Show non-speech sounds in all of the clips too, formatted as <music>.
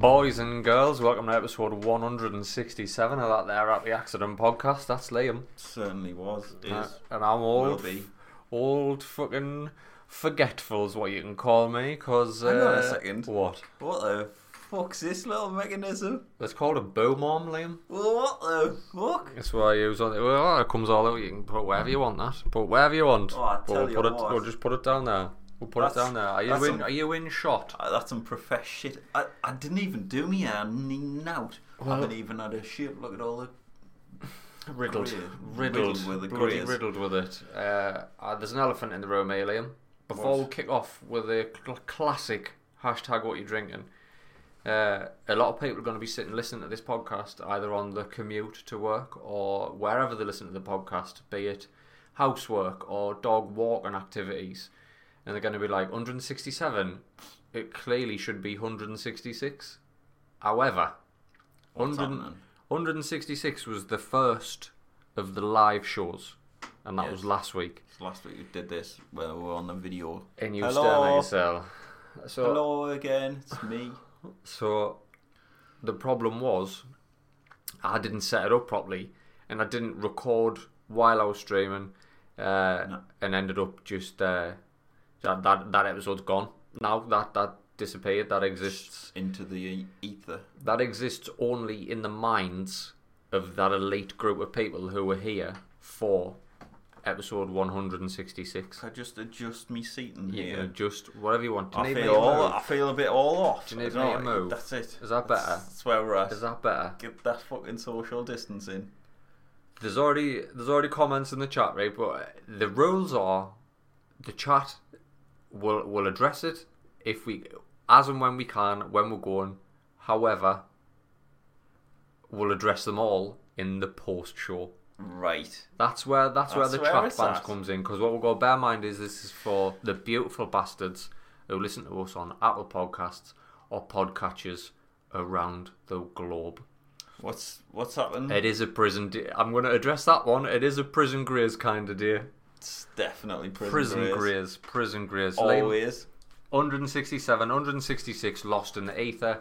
boys and girls. Welcome to episode 167 of that there Happy Accident podcast. That's Liam. Certainly was, is, Uh, and I'm will old, be. old fucking forgetful is what you can call me, because... Hang on a uh, second. What? What the fuck's this little mechanism? It's called a boom arm, Liam. What the fuck? That's why I use on it. Well, it comes all out. You can put it wherever you want that. Put it wherever you want. Oh, I But tell we'll you put it, what. We'll just put it down there. We'll put it That's- down there. Are you that's in? some- Are you in shot? Uh, That's some profesh shit. I, I didn't even do me hair n- out. Well- I haven't even had a shave. Look at all the. Riddled, Great. riddled, Riddled with the bloody greys. riddled with it. Uh, uh, there's an elephant in the room, eh, Liam. Before What? we kick off with a cl- classic hashtag what you drinking, uh, a lot of people are going to be sitting listening to this podcast either on the commute to work or wherever they listen to the podcast, be it housework or dog walking activities, and they're going to be like 167. It clearly should be 166. However, What's 100 happening? 166 was the first of the live shows, and that Yes. was last week. Last week we did this where we were on the video. And you were Hello. staring at yourself. So, Hello again, it's me. so the problem was, I didn't set it up properly, and I didn't record while I was streaming, uh, No. and ended up just uh, that, that that episode's gone. Now that that disappeared, that exists. Into the e- ether. that exists only in the minds of that elite group of people who were here for episode 166. Can I just adjust me seating You can here? adjust whatever you want. Do you I need me feel, to all, move? I feel a bit all off. Do you need I don't me to know, move? That's it. Is that That's, better? that's where we're at. Is that better? Get that fucking social distancing. There's already there's already comments in the chat, right? But the rules are the chat will will address it if we as and when we can when we're going. However, we'll address them all in the post show. Right. That's where that's, where That's the where trap it's band at. comes in because what we've got to bear in mind is this is for the beautiful bastards who listen to us on Apple Podcasts or podcatchers around the globe. What's what's happened? It is a prison. Di- I'm going to address that one. It is a prison graze kind of dear. It's definitely prison, Prison graze. graze, prison graze. Liam, Always. 167, 166 lost in the ether.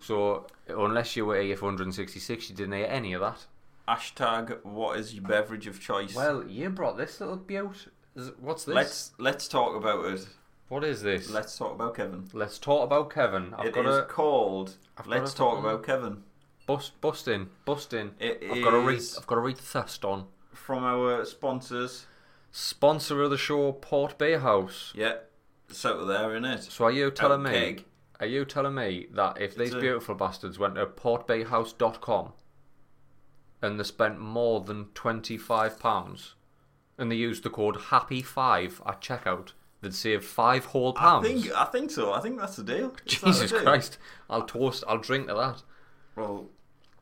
So unless you were AF 166, you didn't hear any of that. Hashtag what is your beverage of choice? Well, you brought this little beaut. Is- What's this? let's let's talk about it. what is this? Let's talk about Kevin. Let's talk about Kevin. I've It got is a called I've got Let's a- Talk About Kevin. bust, bust in, bust in. It I've got to read. is- I've got to read thirst on. From our sponsors. Sponsor of the show, Port Bay House. Yeah. So there in it. So are you telling me? Peg. Are you telling me that if these a- beautiful bastards went to portbayhouse.com and they spent more than twenty five pounds, and they used the code Happy Five at checkout, they'd save five whole <laughs> I pounds? think I think so. I think that's the deal. Is that Jesus the deal? Christ! I'll toast. I'll drink to that. Well,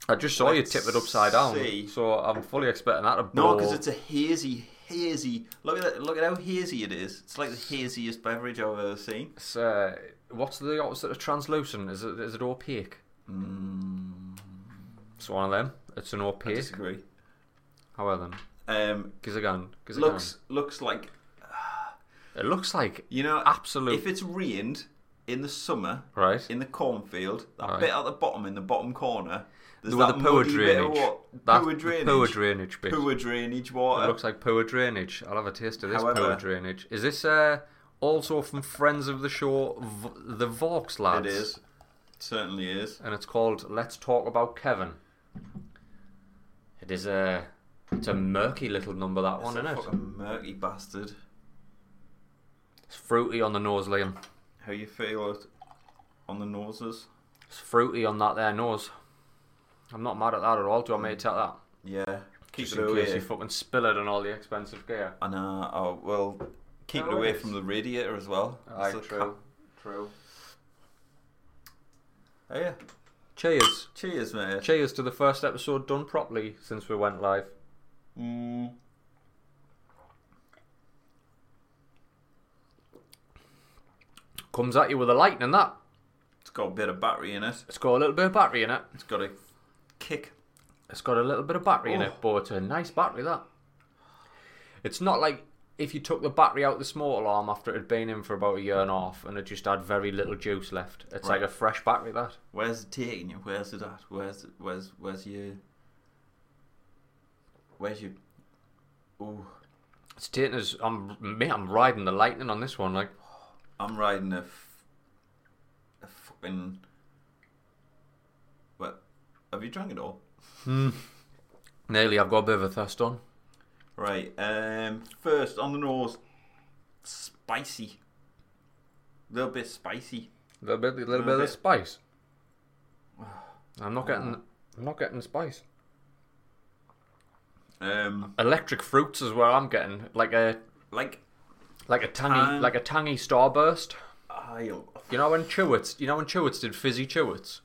I just saw Let's you tip it upside down, see. so I'm fully expecting that to blow. no, because it's a hazy, hazy. Look at that, look at how hazy it is. It's like the haziest beverage I've ever seen. It's, uh, what's the opposite of translucent? Is it is it opaque? Hmm. It's one of them. It's an I opaque. disagree. How well then? Um, Gizagan. Gizagan. looks looks like It looks like you know absolute if it's rained in the summer right. in the cornfield, that Right. bit at the bottom in the bottom corner, there's With that the poor muddy bit of drainage. wa- That- poor the drainage, Poor drainage bit. poor drainage It water. looks like poor drainage. I'll have a taste of this poor However- drainage. Is this uh, also from friends of the show, v- the Vaux lads? it is, It certainly is. and it's called "Let's Talk About Kevin." It is a it's a murky little number that one, It's isn't a it? fucking murky bastard. It's fruity on the nose, Liam. How you feel it on the noses? It's fruity on that there nose. I'm not mad at that at all. Do I want me to take that? Yeah, keep Just it in case away. you fucking spill it on all the expensive gear. I know. Oh well, keep No, it away it is. from the radiator as well. It's a cap- true. Oh, yeah. Cheers. Cheers, mate. Cheers to the first episode done properly since we went live. Mm. Comes at you with a lightning that. It's got a bit of battery in it. It's got a little bit of battery in it. It's got a kick. It's got a little bit of battery in it, Oh. but it's a nice battery that. It's not like if you took the battery out of the smoke alarm after it had been in for about a year and a half and it just had very little juice left, it's Right. like a fresh battery. That Where's it taking you? Where's it at? Where's where's where's your where's your Ooh, it's taking us. I'm me. I'm riding the lightning on this one. Like I'm riding a, f- a fucking what? Have you drunk it all? nearly, I've got a bit of a thirst on. Right. Um. First on the nose, spicy. little bit spicy. A little bit, little Little bit of bit. <sighs> Ah. spice. I'm not getting. I'm not getting spice. Um. Electric fruits is where I'm getting like a Like like a tangy Tang. like a tangy starburst. I. You know when Chewits, you know when Chewits did fizzy Chewits.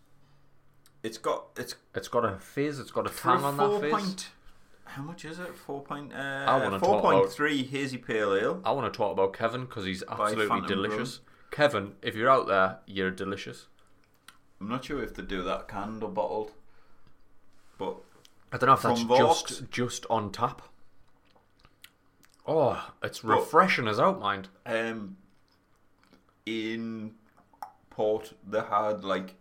It's got. It's It's got a fizz. It's got a for tang on that four fizz. point. How much is it? Four point. Uh, wanna four talk about- point three hazy pale ale. I want to talk about Kevin because he's absolutely Phantom delicious. Kevin, if you're out there, you're delicious. I'm not sure if they do that canned or bottled, but I don't know if that's From Vaux. just just on tap. Oh, it's refreshing as out, mind. um, in port they had like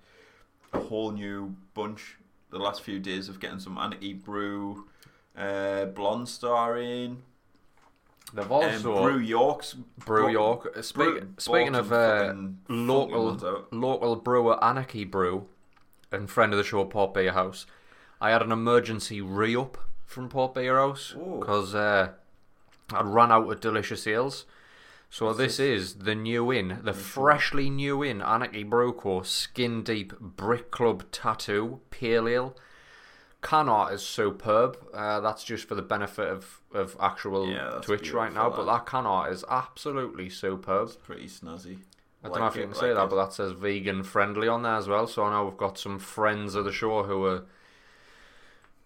a whole new bunch the last few days of getting some anti brew, uh, blonde star in, They've um, also brew Yorks, Brew brought- York. uh, Speak, Brew- speaking bought of some uh, fucking funky ones local out. local brewer Anarchy Brew and friend of the show Port Beer House, I had an emergency re up from Port Beer House Ooh. because uh, I'd run out of delicious ales. So this is the new inn, the freshly new inn Anarchy Brew Co. Skin Deep Brick Club Tattoo Pale Ale. Can art is superb. Uh, that's just for the benefit of, of actual Yeah, that's Twitch right now, beautiful, but that can art is absolutely superb. pretty snazzy. I don't know if you can say that, but that says vegan friendly on there as well. So I know we've got some friends of the show who are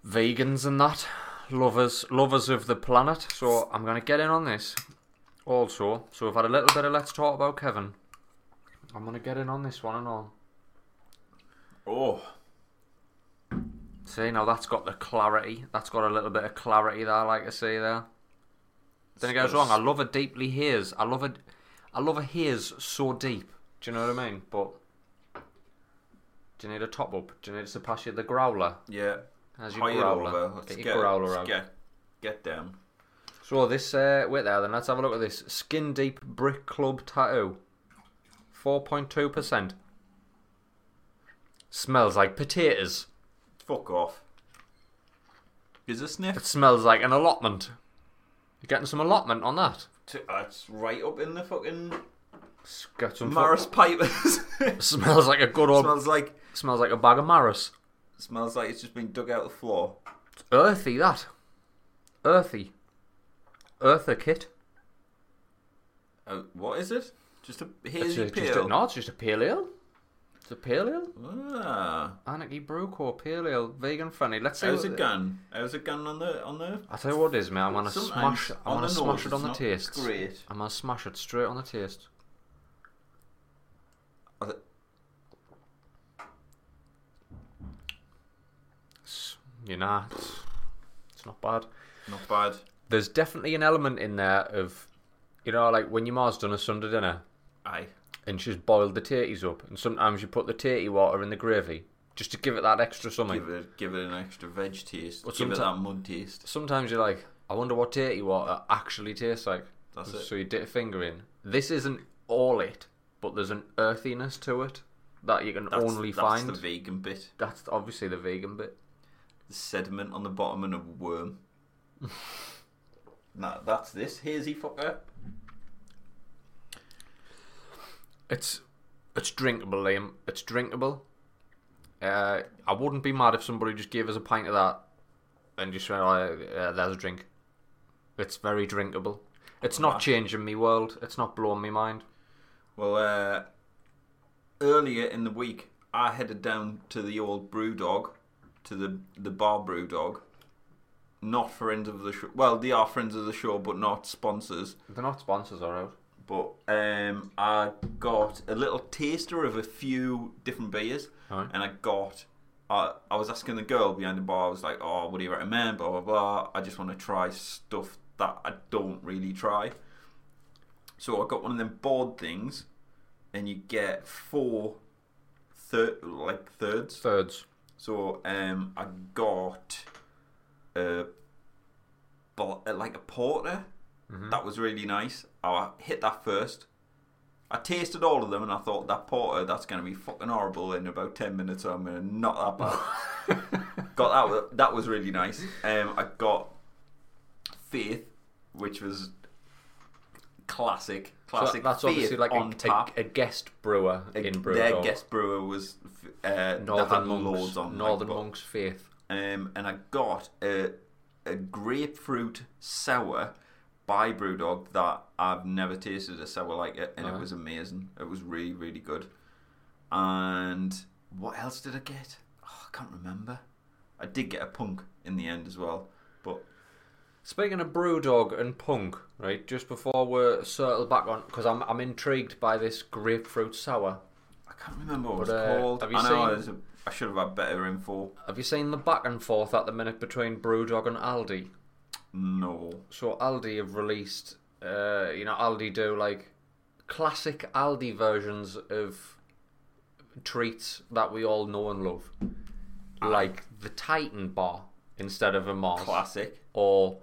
vegans and that lovers, lovers of the planet. So I'm gonna get in on this. Also, so we've had a little bit of let's talk about Kevin. I'm gonna get in on this one and all. oh, See now that's got the clarity. That's got a little bit of clarity that I like to see there. Then it goes got wrong. a I love a deeply hears. I love a, I love a hears so deep. Do you know what I mean? But do you need a top up? Do you need us to pass you the growler yeah. as your Higher growler? over. Let's Get get, your growler let's out. get get down. So this uh, wait there. Then let's have a look at this skin deep brick club tattoo. Four point two percent. Smells like potatoes. Fuck off. Is a sniff? It smells like an allotment. You're getting some allotment on that. T- That's uh, right up in the fucking S- Get some. fu- <laughs> Maris <laughs> Pipers. <laughs> Smells like a good old. Smells, smells like like a bag of Maris. smells like it's just been dug out of the floor. It's earthy that. Earthy. Eartha kit. Uh, what is it? Just a It's hazy a, just a, peel. no, it's just a pale ale. It's a pale ale. Ah, Anarchy Brew Co. Pale ale, vegan friendly. Let's see. how's what it gone? How's it gone on the on the? I tell you what it is, mate. I'm gonna Sometimes smash. I'm on gonna the smash nose it on the it's not taste. Great. I'm gonna smash it straight on the taste. I th- It's, you know, it's, it's not bad. Not bad. There's definitely an element in there of, you know, like when your ma's done a Sunday dinner. Aye. and she's boiled the tatties up. And sometimes you put the tatty water in the gravy just to give it that extra something. Give it give it an extra veg taste. But give someti- it that mud taste. Sometimes you're like, I wonder what tatty water actually tastes like. That's it. So you dip a finger in. This isn't all it, but there's an earthiness to it that you can That's, only that's find. the vegan bit. that's obviously the vegan bit. sediment on the bottom and a <laughs> worm. nah, that's this hazy fucker. It's it's drinkable, Liam. It's drinkable. Uh, I wouldn't be mad if somebody just gave us a pint of that and just went, oh, yeah, there's a drink. It's very drinkable. It's not changing me world. It's not blowing me mind. Well, uh, earlier in the week, I headed down to the old brew dog, to the the bar brew dog. Not friends of the show. Well, they are friends of the show, but not sponsors. They're not sponsors, are out. But um, I got a little taster of a few different beers, Alright. and I got. I I was asking the girl behind the bar. I was like, "Oh, what do you recommend?" Blah blah blah. I just want to try stuff that I don't really try. So I got one of them board things, and you get four third like thirds. Thirds. So um, I got a bo- uh, like a porter. Mm-hmm. That was really nice. I hit that first. I tasted all of them and I thought that porter that's going to be fucking horrible in about ten minutes. I'm going to <laughs> knock that back. got that. wa- That was really nice. Um, I got faith, which was classic. So Classic. that's obviously Faith like on a, tap. a, a guest brewer in Brew Their Dog. guest brewer was uh, they had Northern Monks. loads on like, Northern but- Monks Faith. um, and I got a, a grapefruit sour by Brewdog that I've never tasted a sour like it, and it Right. was amazing. It was really, really good. And what else did I get? Oh, I can't remember. I did get a punk in the end as well, but Speaking of Brewdog and Punk, right? Just before we circle back on, because I'm I'm intrigued by this grapefruit sour. I can't remember what But, it was uh, called. have you I know I, seen- was a, I should have had better info. Have you seen the back and forth at the minute between Brewdog and Aldi? No. So Aldi have released, uh, you know, Aldi do like classic Aldi versions of treats that we all know and love, like the Titan bar instead of a Mars, Classic. or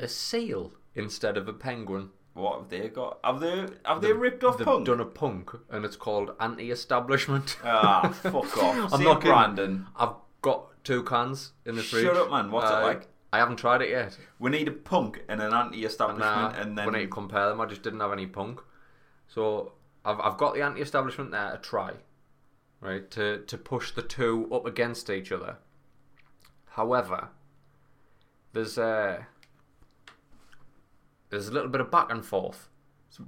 a seal instead of a penguin. What have they got? Have they have they ripped off They've punk? done a punk, and it's called <laughs> anti-establishment. Ah, <laughs> fuck off. I'm Saint not kidding. Brandon. I've got two cans in the Shut fridge. up, man. What's it like? I haven't tried it yet. We need a punk and an anti-establishment, Nah, and we need to then compare them. I just didn't have any punk, so I've I've got the anti-establishment there to try, right? To to push the two up against each other. However, there's a there's a little bit of back and forth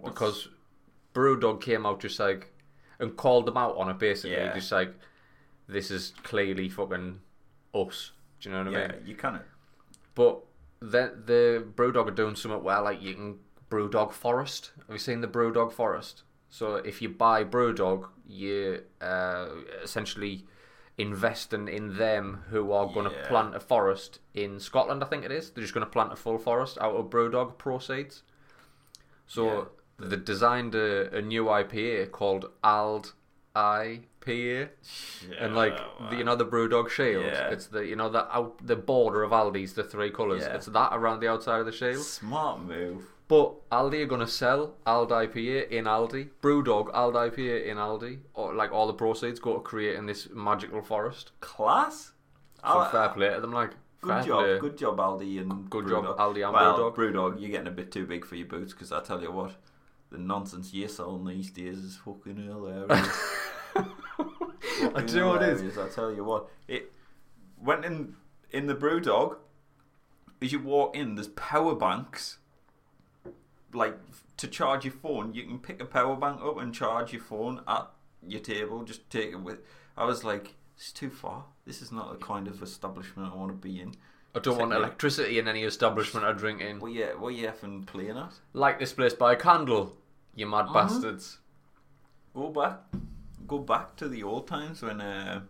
because Brewdog came out just like and called them out on it basically, Yeah. just like this is clearly fucking us. Do you know what I mean? yeah, you kind of But the the Brewdog are doing something where like you can Brewdog Forest. Have you seen the Brewdog Forest? So if you buy Brewdog, you uh, essentially investing in them who are going to Yeah. plant a forest in Scotland. I think it is. They're just going to plant a full forest out of Brewdog proceeds. So they designed a, a new IPA called Ald IPA and like the, you know the Brewdog shield. Yeah. It's the you know the out the border of Aldi's the three colours. Yeah. It's that around the outside of the shield. smart move. But Aldi are gonna sell Aldi IPA in Aldi, Brewdog Aldi IPA in Aldi, or like all the proceeds go to creating this magical forest. Class. So I- fair play to them, like Good fair job, play. good job, Aldi and Good job, Brewdog. Aldi and well, Brewdog. Brewdog, you're getting a bit too big for your boots because I tell you what, the nonsense you're selling these days is <laughs> fucking hilarious. I Fucking do know what it is. hilarious, I tell you what, it went in in the Brewdog. As you walk in, there's power banks. Like f- to charge your phone, you can pick a power bank up and charge your phone at your table. Just take it with. I was like, it's too far. This is not the kind of establishment I want to be in. I don't want Technique. electricity in any establishment I drink in. What you what you effing playing at? Like this place by a candle, you mad Uh-huh. bastards. <laughs> Go back, go back to the old times when uh,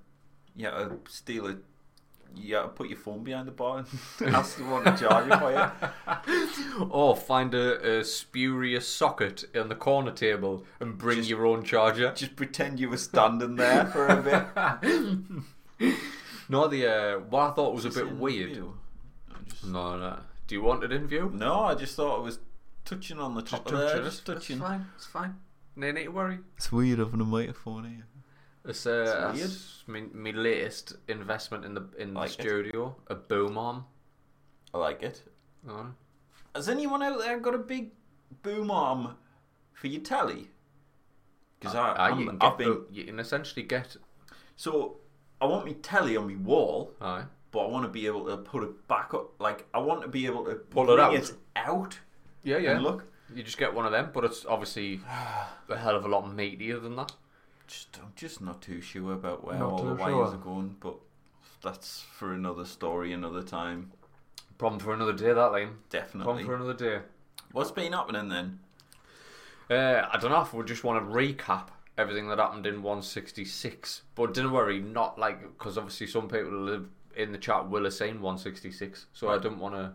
you had to steal a, you had to put your phone behind the bar and <laughs> ask the one to charge it for you. Or find a, a spurious socket on the corner table and bring your own charger. Just pretend you were standing there for a bit. No, the uh, what I thought was a Is it bit in weird. view? I just- No, no. Do you want it in view? No, I just thought it was touching on the top of there. Just touching. It's fine. It's fine. No need to worry. It's weird having a microphone here. It's, uh, It's that's my, my latest investment in the in Like it. the studio. A boom arm. I like it. Uh, Oh. Has anyone out there got a big boom arm for your telly? Because I, Ah, I'm- you can get. I've been bo- you can essentially get. So I want me telly on me wall, Aye. but I want to be able to put it back up. Like I want to be able to Pull it bring out. out Yeah, yeah. and look. You just get one of them, but it's <sighs> obviously a hell of a lot meatier than that. Just, I'm just not too sure about where Not all the too wires sure. are going, but that's for another story, another time, Problem for another day, that Liam. Problem definitely. for another day. What's been happening then? Uh, I don't know if we just want to recap everything that happened in 166, but don't worry, not like because obviously some people live in the chat will have seen 166, so I don't want to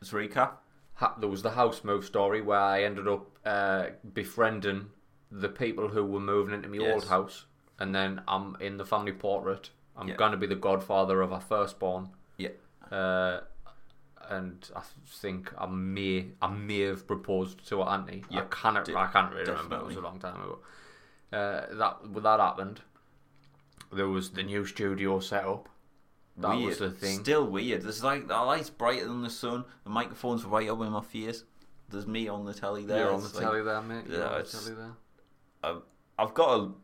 Let's recap. ha- there was the house move story where I ended up uh, befriending the people who were moving into my old Yes. house, and then I'm in the family portrait. I'm Yeah. going to be the godfather of our firstborn. Yeah. Uh, and I think I may I may have proposed to her auntie. I Yeah, cannot de- I can't really remember. It was definitely. a long time ago. Uh, that when that happened, there was the new studio set up. That weird. was the thing. Still weird. There's like the lights brighter than the sun. The microphone's right up in my face. There's me on the telly there. You're on the It's like- telly there, mate. You're yeah, on the it's- telly there. I've, I've got to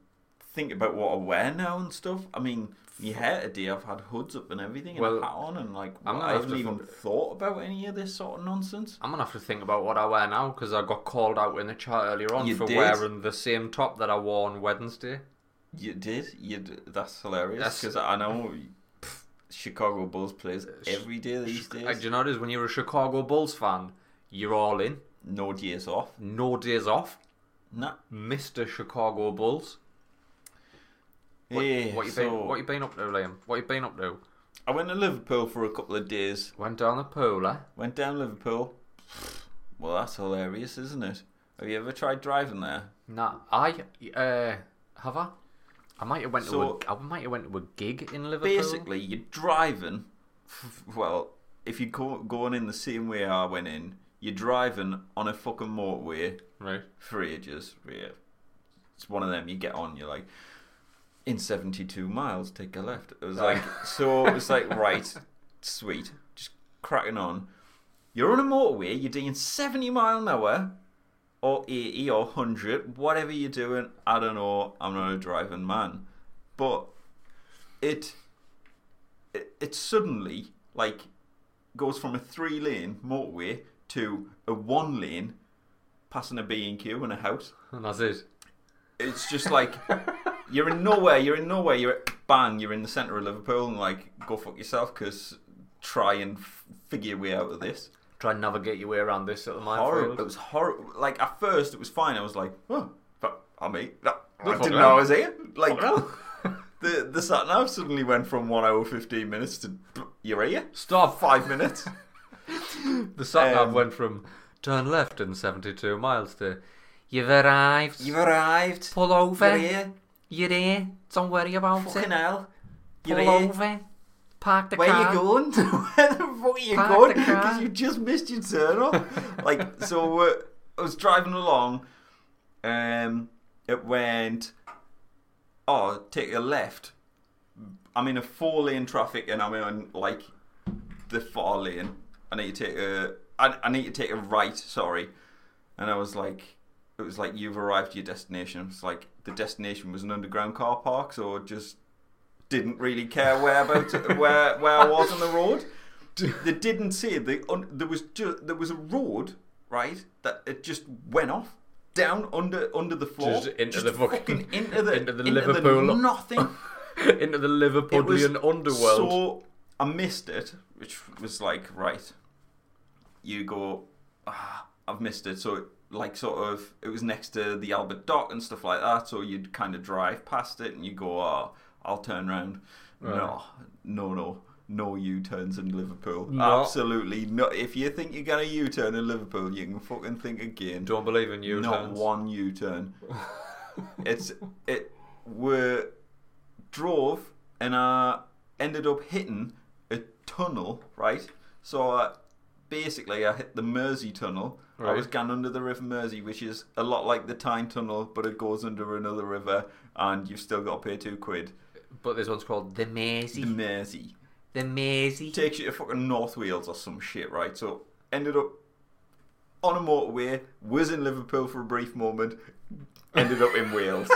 think about what I wear now and stuff. I mean, your hair today, I've had hoods up and everything, and Well, a hat on, and like I'm gonna I have haven't to even fuck- thought about any of this sort of nonsense. I'm gonna have to think about what I wear now because I got called out in the chat earlier on You for did? wearing the same top that I wore on Wednesday. You did, you d- that's hilarious That's- because I know pff, Chicago Bulls plays every day these Sh- days. uh, Do you know what it is? When you're a Chicago Bulls fan, you're all in, No days off. no days off, Nah. Mister Chicago Bulls. What, yeah, what you so been? What you been up to, Liam? What you been up to? I went to Liverpool for a couple of days. Went down the pool, eh? Went down Liverpool. Well, that's hilarious, isn't it? Have you ever tried driving there? Nah, I uh, have I. I might have went So- to a, I might have went to a gig in Liverpool. basically you're driving well if you're go- going in the same way i went in you're driving on a fucking motorway right? for ages yeah it's one of them you get on you're like in 72 miles take a left it was like so it was like right sweet just cracking on you're on a motorway you're doing 70 mile an hour or 80 or 100 whatever you're doing i don't know i'm not a driving man but it it, it suddenly like goes from a three lane motorway to a one lane passing a b&q and a house And that's it. it's just <laughs> like you're in nowhere you're in nowhere you're at, bang you're in the centre of liverpool and like go fuck yourself because try and f- figure your way out of this Try and navigate your way around this at the horrible it minefield. was horrible like at first it was fine i was like oh but i mean no, Fuck didn't no. know i was here like Fuck <laughs> the the sat nav suddenly went from one hour fifteen minutes to you're here. Stop! Five <laughs> minutes. The sat nav Um, went from turn left in 72 miles to you've arrived, arrived. pull over, here. you're there, don't worry about it, hell. pull over, park the car. going? <laughs> Where the fuck are you Park <laughs> going? the car. Because you just missed your turn <laughs> off. like so, uh, I was driving along. Um, it went. Oh, take a left. I'm in a four lane traffic, and I'm in like the far lane. I need to take a. I, I need to take a right. Sorry, and I was like, it was like you've arrived at your destination. It's like the destination was an underground car park, so I just didn't really care where about <laughs> where where I was on the road. They didn't see it. They, on, there was ju- there was a road right that it just went off down under under the floor, Just into the fucking- <laughs> into the into the into Liverpool- nothing. <laughs> <laughs> Into the Liverpudlian underworld. So I missed it, which was like, right, you go, ah, I've missed it. So, like, sort of, it was next to the Albert Dock and stuff like that. So you'd kind of drive past it and you go, ah, I'll turn round. No, no, no. No U turns in Liverpool. No. Absolutely not. If you think you're gonna U turn in Liverpool, you can fucking think again. Don't believe in you, Not one U turn. it's it were drove and I ended up hitting a tunnel, right? So I, basically, I hit the Mersey tunnel. I was Right. going under the River Mersey, which is a lot like the Tyne tunnel, but it goes under another river, and you've still got to pay two quid. But this one's called The The Mersey. Mersey The Mersey. takes you to fucking North Wales or some shit, right? So ended up on a motorway, was in Liverpool for a brief moment, ended up in Wales.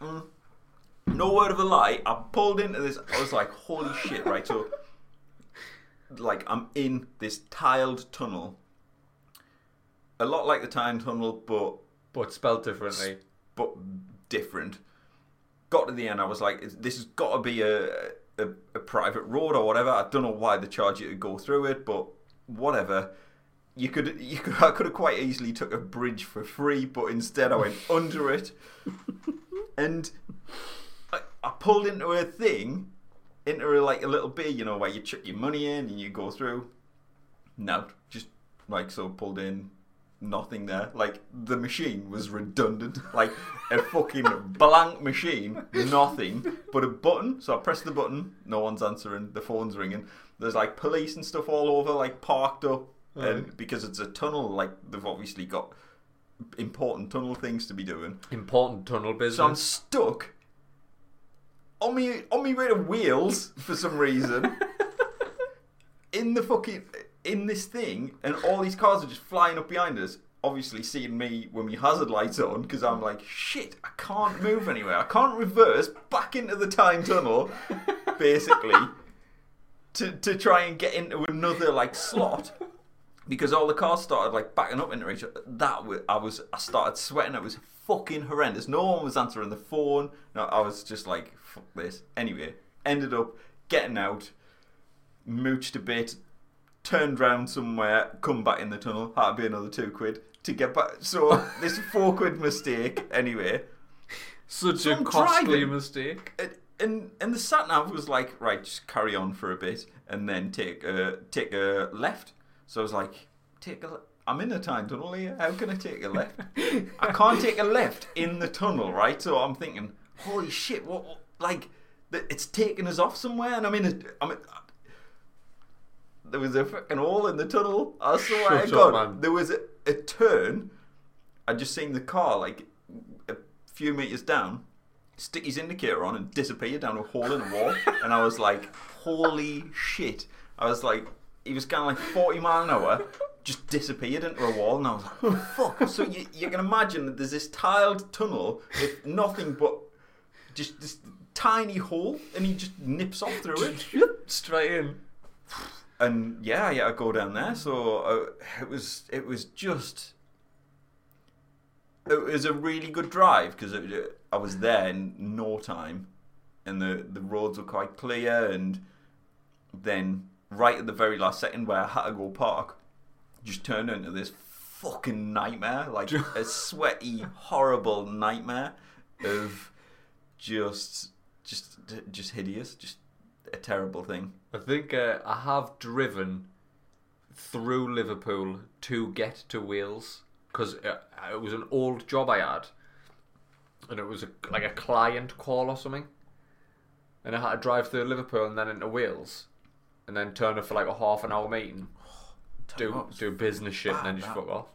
Mm. No word of a lie, I pulled into this, I was like, holy shit, right? So, like, I'm in this tiled tunnel. A lot like the Tyne Tunnel, but But spelled differently. but different. Got to the end, I was like, "Is- this has got to be a, a a private road or whatever. I don't know why they charge you to go through it, but whatever. You could, you could, I could have quite easily took a bridge for free, but instead I went under it, and I, I pulled into a thing into like a little beer, you know, where you chuck your money in and you go through. No, just like so pulled in, nothing there. Like the machine was redundant, like a fucking blank machine, nothing but a button. So I press the button, no one's answering, the phone's ringing. There's like police and stuff all over, like parked up, and because it's a tunnel, like they've obviously got important tunnel things to be doing. Important tunnel business. So I'm stuck on me on me way to Wheels for some reason in the fucking in this thing, and all these cars are just flying up behind us. Obviously, seeing me with my hazard lights on because I'm like, shit, I can't move anywhere. I can't reverse back into the time tunnel, basically, to to try and get into another like slot because all the cars started like backing up into each other. That was, I was I started sweating. It was fucking horrendous. No one was answering the phone. No, I was just like fuck this. Anyway, ended up getting out, mooched a bit, turned round somewhere, come back in the tunnel. Had to be another two quid to get back. So this four quid mistake. Anyway, <laughs> Such So a I'm costly driving. mistake. and- and and the sat nav was like, right, just carry on for a bit and then take a take a left. So I was like, take a. le- I'm in a time tunnel here. How can I take a left? I can't take a left in the tunnel, right? So I'm thinking, holy shit, what? what- Like, th- it's taking us off somewhere, and I'm in a. I'm in, there was a fucking hole in the tunnel. I swear Shut to up, God, man. there was a, a turn. I just seen the car like a few meters down, stick his indicator on and disappear down a hole in a wall. and I was like, holy shit. I was like, he was going like 40 mile an hour, just disappeared into a wall. And I was like, fuck. So you, you can imagine that there's this tiled tunnel with nothing but just this tiny hole and he just nips off through it Straight in. and yeah, I had to go down there. So uh, it was it was just it was a really good drive because I was there in no time, and the the roads were quite clear. And then right at the very last second, where I had to go park, just turned into this fucking nightmare, <laughs> like a sweaty, horrible nightmare of just just just hideous, just a terrible thing. I think uh, I have driven through Liverpool to get to Wales because uh, it was an old job I had, and it was a, like a client call or something, and I had to drive through Liverpool and then into Wales, and then turn up for like a half an hour meeting, do Timeouts. do business shit, and then bad, just that. fuck off.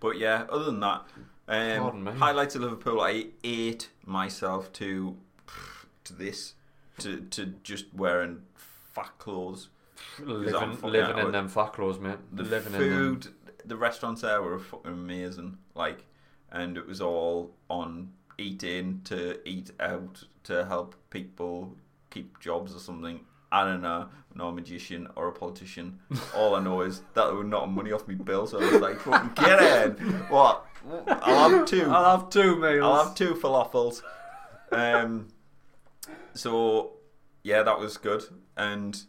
But yeah, other than that, Pardon um, me. highlights of Liverpool. I ate myself to to this to to just wearing fat clothes. I'm Living, fucking living out in of it. them fuck laws, mate. The living in them. food, the restaurants there were fucking amazing. Like, and it was all on eat in to eat out to help people keep jobs or something. I don't know. I'm not a magician or <laughs> a politician. All I know is that they were not money off me bill, so I was like, fucking get in. What? I'll have two. I'll have two meals. I'll have two falafels. Um, so yeah, that was good, and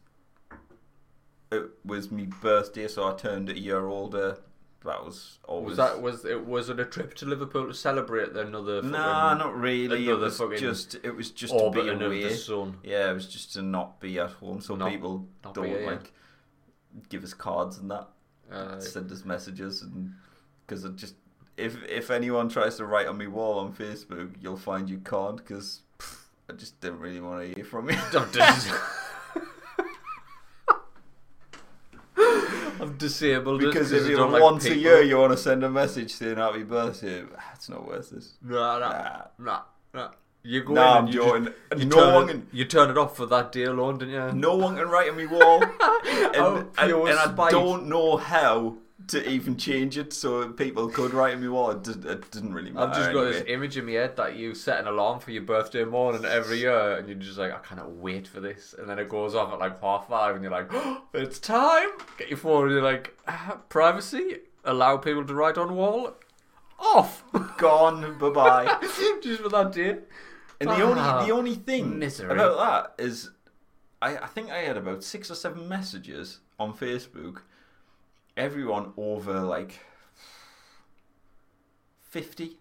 it was my birthday, so I turned a year older. That was was always that was it? Was it a trip to Liverpool to celebrate another? nah, fucking- not really. It another was fucking just it was just to be orbiting of away. the sun. Yeah, it was just to not be at home, so Not- people not be don't here. like give us cards and that. Uh, send us messages and because it just if if anyone tries to write on me wall on Facebook, you'll find you can't because I just didn't really want to hear from you. <laughs> I've, <laughs> dis- I've disabled because it if I you're don't like once a people. year, you want to send a message saying happy birthday. It's not worth it. Nah, nah, Nah. nah, nah. You go in Nah, I'm and you, just- joking. you No turn one, it, can, you turn it off for that day alone, didn't you? no one can write on <laughs> me wall, and, Oh, and, pure and I spite. don't know how to even change it so people could write on me wall. It, did, it didn't really matter. I've just got anyway. this image in my head that you set an alarm for your birthday morning every year, and you're just like, I cannot wait for this. And then it goes off at like half five, and you're like, it's time. Get your phone, and you're like, "Ah, privacy, allow people to write on wall, off, <laughs> gone. Bye bye. just for that day. And the Ah, only the only thing misery. about that is, I, I think I had about six or seven messages on Facebook. Everyone over like fifty.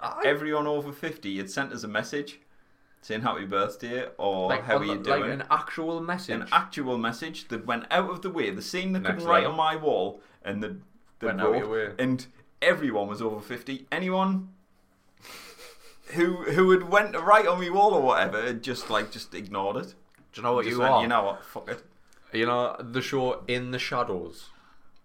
I- Everyone over fifty had sent us a message, saying happy birthday or like, how on are the- you doing? like an actual message. an actual message that went out of the way, the scene that Next couldn't write level. on my wall, and the, the Went out of your road, way. and everyone was over fifty. Anyone who who had went to write on my wall or whatever, had just like just ignored it. Do you know what Just you went, are? You know what? Fuck it. You know, the show In the Shadows.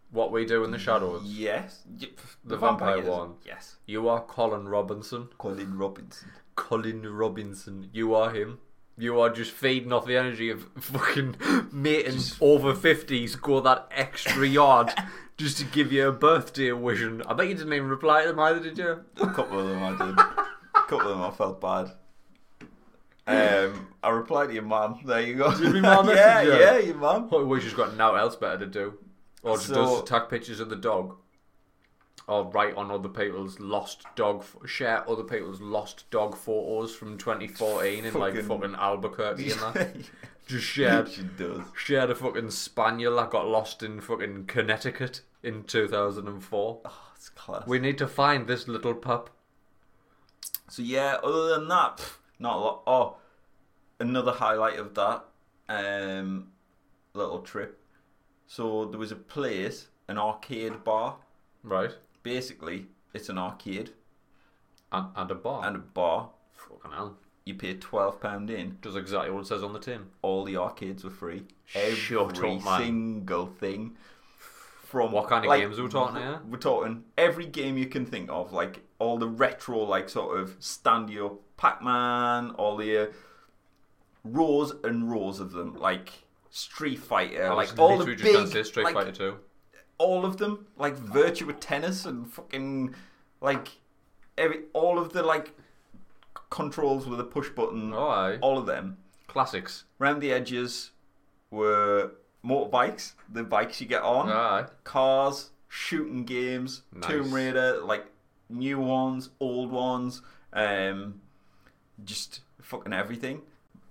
What we do in the shadows. Yes. Y- pff, The vampire vampires. one. Yes. You are Colin Robinson. Colin Robinson. Colin Robinson. You are him. You are just feeding off the energy of fucking mating over 50s go that extra <laughs> yard just to give you a birthday wish. And I bet you didn't even reply to them either, did you? A couple of them I did. A couple of them I felt bad. Um, I replied to your mum. There you go. you mean my <laughs> yeah, messenger? yeah, your mum. Probably wish she's got now else better to do. Or just So- does tag pictures of the dog. Or write on other people's lost dog, f- share other people's lost dog photos from 2014 in like Fucking- fucking Albuquerque and <laughs> that. Just shared, she does. shared a fucking spaniel that got lost in fucking Connecticut in 2004. Oh, it's class. We need to find this little pup. So yeah, other than that, pff, not a lot. Oh, another highlight of that um, little trip. So there was a place, an arcade bar. Right? Basically, it's an arcade And, and a bar. and a bar. fucking hell. You pay twelve pound in. Does exactly what it says on the tin. All the arcades were free. Shut Every up, man. single thing. From What kind of like, games are we talking here? We're talking every game you can think of, like all the retro, like sort of standy up Pac Man, all the uh, rows and rows of them, like Street Fighter, I was like all the literally just gonna big, say Street like, Fighter 2. all of them, like Virtua Tennis and fucking like every all of the like controls with a push button, Oh, aye. all of them. Classics. Round the edges were motorbikes, the bikes you get on Aye. cars, shooting games, Nice. Tomb Raider, like new ones, old ones, um, just fucking everything.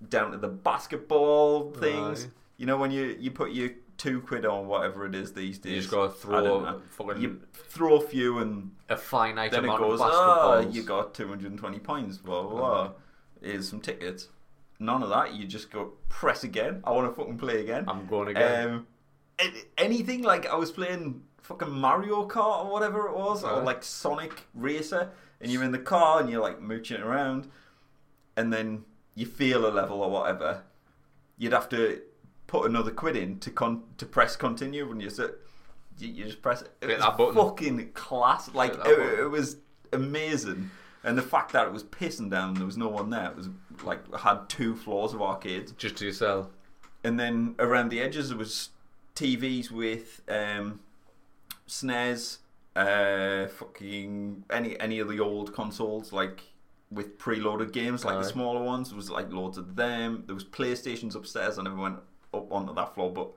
Down to the basketball things. Aye. You know when you you put your two quid on whatever it is these days. You just gotta I don't throw know. fucking You throw a few and a finite then it amount goes. of Uh-huh. Ah, basketballs. you got two hundred and twenty points. Blah blah. blah. Here's some tickets. None of that. You just go press again. I want to fucking play again. I'm going again. Um, a- anything like I was playing fucking Mario Kart or whatever it was, or Right. like Sonic Racer, and you're in the car and you're like mooching around, and then you fail a level or whatever, you'd have to put another quid in to con to press continue, wouldn't you? So you, you just press it. It Hit was that button. fucking class. Like that it, button. it was amazing. And the fact that it was pissing down, there was no one there. It was like had two floors of arcades just to yourself. and then around the edges there was TVs with um, snares, uh, fucking any any of the old consoles like with preloaded games like Aye. the smaller ones. There was like loads of them. There was PlayStations upstairs. I never went up onto that floor, but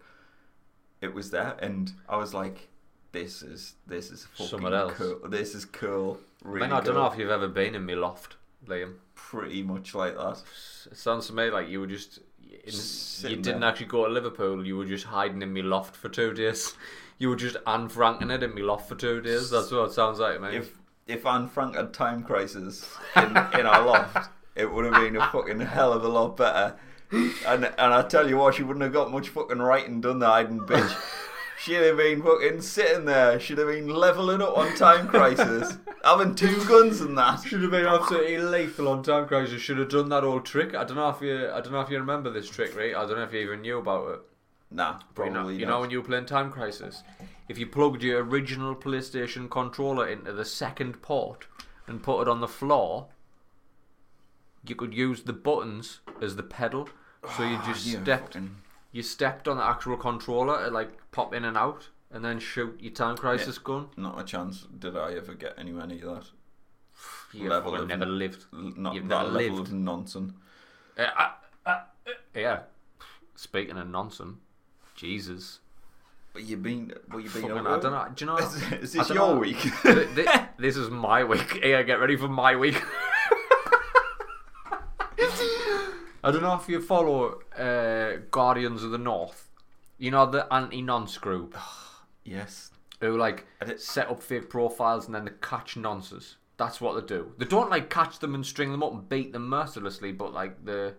it was there, and I was like, "This is this is fucking Somewhere else. cool. This is cool." Really, Man, I don't cool. know if you've ever been in my loft, Liam. Pretty much like that. It sounds to me like you were just. In, you sitting didn't there. actually go to Liverpool, you were just hiding in my loft for two days. <laughs> You were just Anne Franken it in my loft for two days. That's what it sounds like, mate. if if Anne Frank had time crisis in, in our loft, it would have been a fucking hell of a lot better. And and I tell you what, she wouldn't have got much fucking writing done, the hiding bitch. She'd have been fucking sitting there. She'd have been leveling up on time crisis, having two guns and that. Should have been absolutely lethal on Time Crisis. Should have done that old trick. I don't know if you, I don't know if you remember this trick, right? I don't know if you even knew about it. Nah, But you know- probably you not. know when you were playing Time Crisis, if you plugged your original PlayStation controller into the second port and put it on the floor, you could use the buttons as the pedal. So you just You stepped, Ah, fucking- you stepped on the actual controller, it like pop in and out, and then shoot your Time Crisis gun. Not a chance. Did I ever get anywhere near that? You Level fucking of- never lived. L- Not You've that never level lived. of nonsense. Uh, uh, uh, uh, yeah. Speaking of nonsense, Jesus. But you've been. What you been? Fucking, up I to? don't know. Do you know? Is, is I this don't your know. week? Th- thi- this is my week. <laughs> Yeah, get ready for my week. <laughs> I don't know if you follow uh, Guardians of the North. You know the anti-nonce group yes. who like I did- set up fake profiles and then they catch nonces. That's what they do. They don't like catch them and string them up and beat them mercilessly, but like the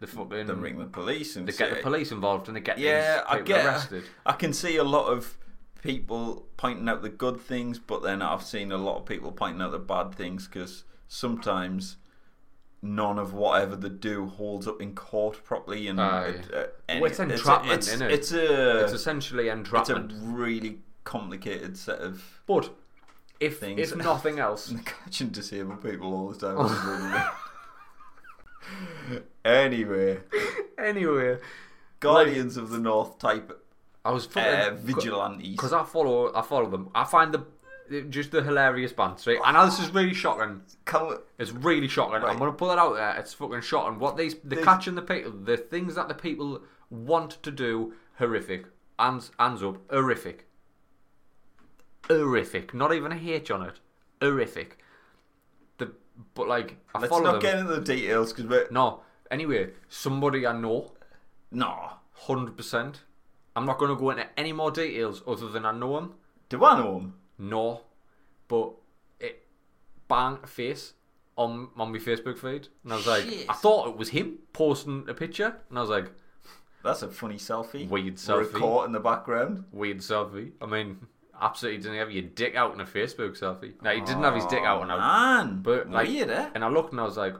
the fucking Then ring the police and they get say- the police involved and they get Yeah, these I people get. arrested. I can see a lot of people pointing out the good things, but then I've seen a lot of people pointing out the bad things because sometimes none of whatever they do holds up in court properly, and Aye. it- uh, and Well, it's a- entrapment, it's, innit? It's a It's essentially it's a entrapment. really complicated set of <laughs> But if Things. if nothing else, <laughs> They're catching disabled people all the <laughs> time. which is really weird. anyway, anyway, Guardians of the North type I was uh, fucking vigilantes. because I follow I follow them. I find the just the hilarious bands. Right? I know this is really shocking. Can we- It's really shocking. I'm Right. gonna put that out there. It's fucking shocking. What these the There's- catching the people, the things that the people want to do, horrific. Hands hands up, horrific, horrific. Not even a H on it, horrific. The but like I Let's follow not them. get into the details because we're no, anyway, somebody I know, no. hundred percent. I'm not gonna go into any more details other than I know him. Do I know him? No, but it bang face on on my Facebook feed, and I was like, Shit. I thought it was him posting a picture, and I was like, That's a funny selfie. Weird With selfie. a court in the background. weird selfie. I mean, absolutely didn't have your dick out in a Facebook selfie. No, he didn't have his dick out, and I, Man, but like, weird, eh? and I looked and I was like,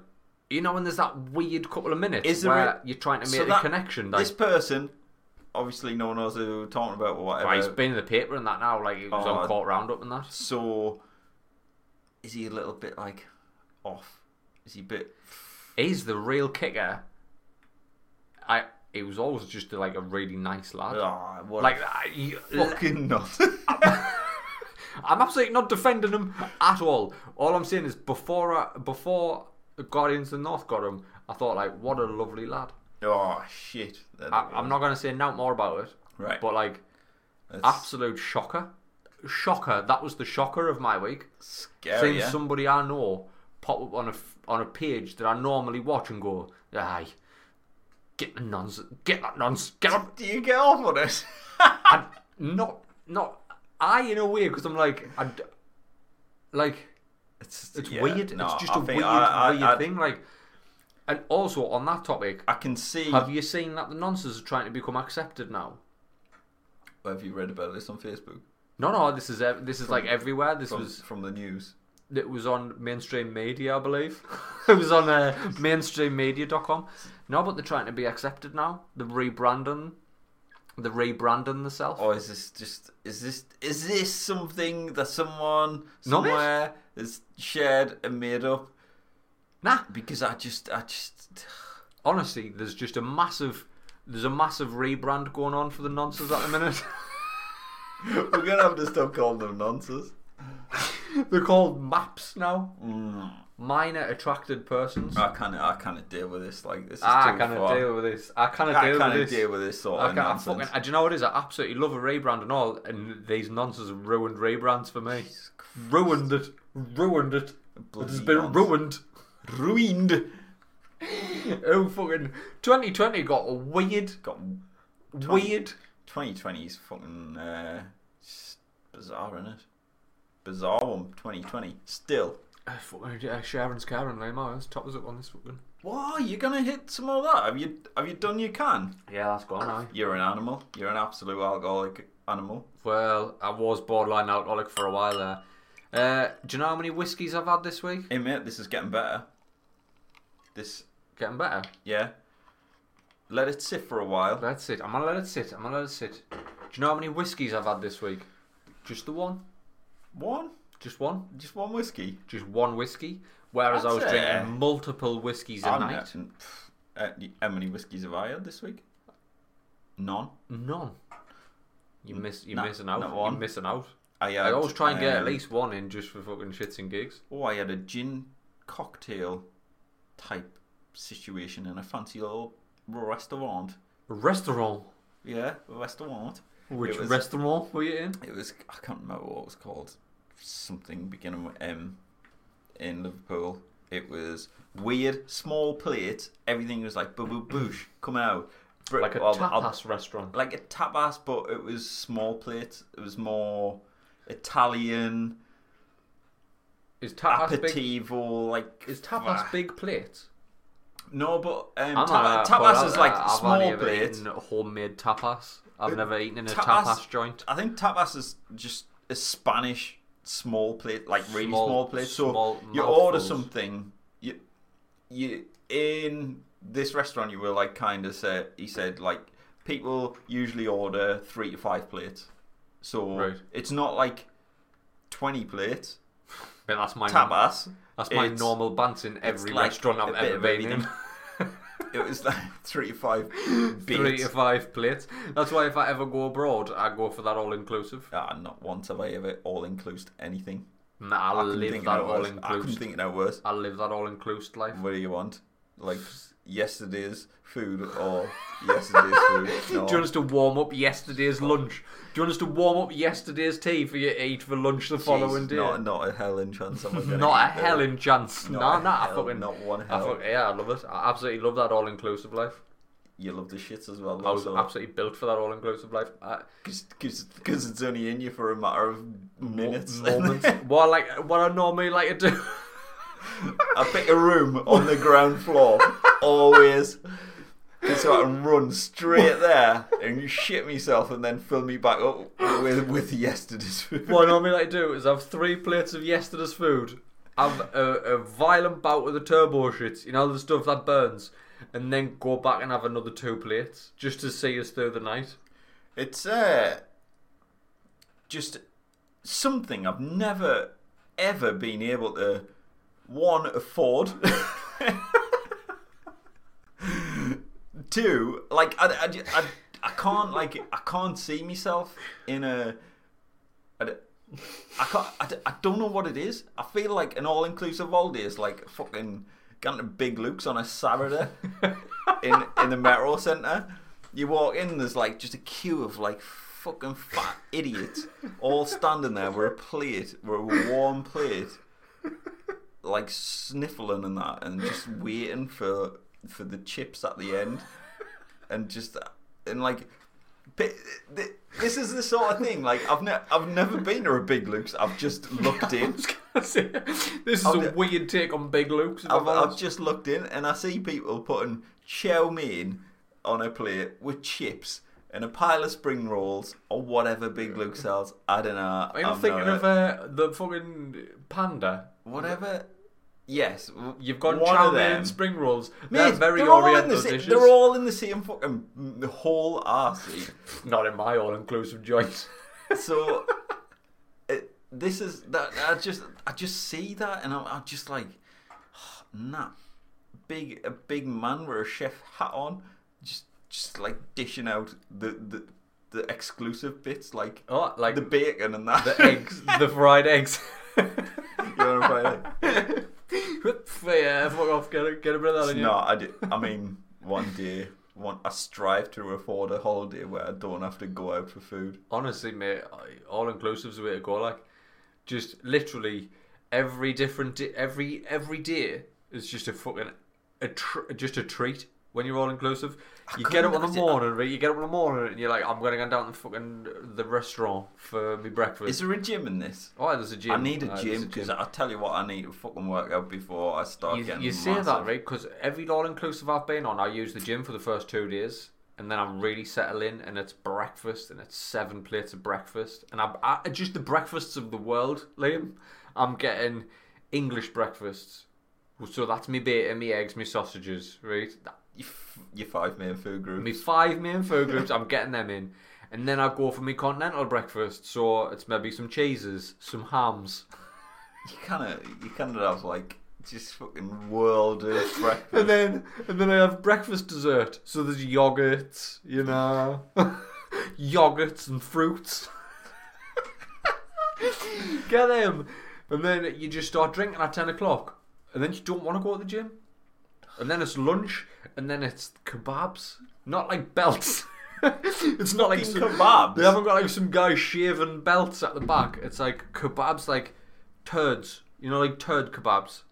you know, when there's that weird couple of minutes Is there where a- you're trying to So make a that- connection, like. This person, obviously, no one knows who we're talking about or whatever. Right, oh, he's been in the paper and that now, like he was uh, Oh, on I- court roundup and that. so, is he a little bit like off? Is he a bit? He's the real kicker. I. He was always just like a really nice lad. Ah, what Like, a I, you- fucking <laughs> nut. <laughs> I'm absolutely not defending him at all. All I'm saying is before I, before Guardians of the North got him, I thought like, what a lovely lad. oh shit! They're the I, I'm worst. not going to say no more about it, right. Ah, but like, That's absolute shocker, shocker. That was the shocker of my week. scary. Seeing eh? somebody I know pop up on a f- on a page that I normally watch and go, aye, get the nonce, get that nonce, get up. Do you get off on it? <laughs> I'm not not I in a way because I'm like I d- like it's it's yeah, weird. no, it's just I a think weird I- I- weird I- thing. Like, and also on that topic, I can see. have you seen that the nonsense are trying to become accepted now? have you read about this on Facebook? No, no, this is ev- this is like everywhere. This From, was from the news. it was on mainstream media, I believe. <laughs> it was on uh, mainstreammedia.com. No, but they're trying to be accepted now. They're rebranding, they're rebranding themselves. Or is this just is this is this something that someone Not it. somewhere has shared and made up? Nah, Because I just I just honestly, there's just a massive, there's a massive rebrand going on for the nonsense at the minute. <laughs> <laughs> we're gonna have to stop calling them nonsense. They're called maps now. Mm. Minor attracted persons. I can't I can't deal with this. Like this Ah, is I too cannot far. deal with this. I cannot I deal can't with this. deal with this sort I of can't, I nonsense. fucking, I- do you know what it is? I absolutely love a rebrand and all, and these nonsense have ruined rebrands for me. Ruined it. Ruined it. It Bloody has been nonsense. ruined. Ruined. <laughs> oh fucking! 2020 got weird, Got weird. 2020 is fucking uh, s- bizarre, isn't it? Bizarre one. 2020 still. Uh, fucking, uh, Sharon's car and Lame Myers top us up on this fucking. Why you gonna hit some more of that? Have you have you done your can? Yeah, that's gone now. You're an animal. You're an absolute alcoholic animal. Well, I was borderline alcoholic for a while there. Uh, do you know how many whiskies I've had this week? Hey mate, this is getting better. This Getting better. yeah. Let it sit for a while. Let it sit. I'm gonna let it sit. I'm gonna let it sit. Do you know how many whiskies I've had this week? Just the one. One, Just one. just one whiskey. Just one whiskey. Whereas I That's was it. drinking multiple whiskies a I'm night. not- pff, uh, how many whiskies have I had this week? None. None. You miss. You're Mm. Nah, missing out. not You're one. missing out. I, had, I always try and get at um, least one in just for fucking shits and gigs. Oh, I had a gin cocktail type situation in a fancy little restaurant. Restaurant. Yeah, restaurant. Which It was- restaurant were you in? It was I can't remember what it was called. Something beginning with M in Liverpool. It was weird, small plate. Everything was like boo boo boosh coming out. Br- Like a well, I'll- tapas restaurant. like a tapas, but it was small plate. It was more Italian. Is tapas big? Aperitivo, like Is tapas Ah. big plates? No, but um, I'm ta- a- tapas but is I- like I've only small ever plates. eaten homemade tapas. I've never eaten in a tapas- tapas joint. I think tapas is just a Spanish small plate, like really small, Small- plate. So small you order mouthfuls. something, you you in this restaurant you were like kind of said he said like people usually order three to five plates, so Right. it's not like twenty plates But that's my tapas. that's my it's- normal bant in every like restaurant a I've bit ever of been in. <laughs> everything. It was like <laughs> three to five beats. <laughs> Three to five plates. That's why if I ever go abroad, I go for that all inclusive. Ah, not once have I ever all inclused anything. Nah, I, I couldn't live think that of no all worse. I couldn't inclusive. think of no worse. I live that all inclusive life. What do you want? Like yesterday's food or yesterday's food? No. <laughs> Do you want us to warm up yesterday's lunch? Do you want us to warm up yesterday's tea for you to eat for lunch the following Jeez, day? Not, not a hell in chance. I'm gonna Not a eat that. hell in chance. Not Nah, a nah, I hell, fucking. not one I hell. fuck, yeah, I love it. I absolutely love that all inclusive life. You love the shits as well. I was though, absolutely built for that all inclusive life. I, because it's only in you for a matter of <laughs> minutes. moments. what I like, what I normally like to do. <laughs> I pick a room on the ground <laughs> floor always. And So I can run straight there and shit myself, and then fill me back up with with yesterday's food. what I normally like to do is have three plates of yesterday's food, have a, a violent bout with the turbo shit, you know, the stuff that burns, and then go back and have another two plates just to see us through the night. <laughs> It's uh, just something I've never ever been able to one afford. <laughs> Two, like I, I, ju- I, I can't like I can't see myself in a. I, d- I can't. I, d- I don't know what it is. I feel like an all-inclusive holiday is like fucking going to Big Luke's on a Saturday <laughs> in in the metro centre. You walk in, there's like just a queue of like fucking fat idiots all standing there with a plate, with a warm plate, like sniffling and that, and just waiting for for the chips at the end, and just and like. pi- th- This is the sort of thing. Like I've ne- I've never been to a Big Luke's. I've just looked in. this is I'll a do- weird take on Big Luke's. if I've, I'm I've honest. just looked in and I see people putting chow mein on a plate with chips and a pile of spring rolls or whatever Big Luke sells. I don't know. I mean, I'm thinking of uh, the fucking panda. whatever. Yes, w- You've got one chow of mein them. and spring rolls. Mate, they're very they're all in oriental the sa- dishes. They're all in the same fucking mm, whole arsey. Not in my all-inclusive joint. so it, this is that I just I just see that and I'm, I'm just like <sighs> nah big a big man with a chef hat on just just like dishing out the the, the exclusive bits like <laughs> oh, like the the, bacon and <laughs> that eggs, the fried eggs. <laughs> you know what I'm saying? yeah, fuck off. Get a, get a bit of that in you. no I did, I mean one day one I strive to afford a holiday where I don't have to go out for food Honestly, mate, all inclusive's the way to go. Like, just literally every different di- every every day is just a fucking a tr- just a treat when you're all inclusive. You get up couldn't- in I the di- morning, right? You get up in the morning and you're like, I'm gonna go down to fucking the restaurant for my breakfast. is there a gym in this oh, there's a gym. I need Aye, a there's gym because I tell you what, I need to fucking work out before I start You, getting. you say that massive. right? Because every all inclusive I've been on, I use the gym for the first two days, and then I really settle in, and it's breakfast, and it's seven plates of breakfast, and I'm I, just the breakfasts of the world, Liam. I'm getting English breakfasts, so that's me bacon, me eggs, me sausages, right? That- You f- your five man food group. Me five main food groups, I'm getting them in, and then I go for me continental breakfast, so it's maybe some cheeses, some hams. You kind of, you kind of have like just fucking world of <laughs> breakfast. And then and then I have breakfast dessert. So there's yogurts, you know. <laughs> yogurts and fruits. <laughs> Get them. And then you just start drinking at ten o'clock. And then you don't want to go to the gym. And then it's lunch and then it's kebabs. Not like belts. <laughs> it's not like Fucking some- kebabs. They haven't got like some guy shaving belts at the back. It's like kebabs like turds. You know like turd kebabs.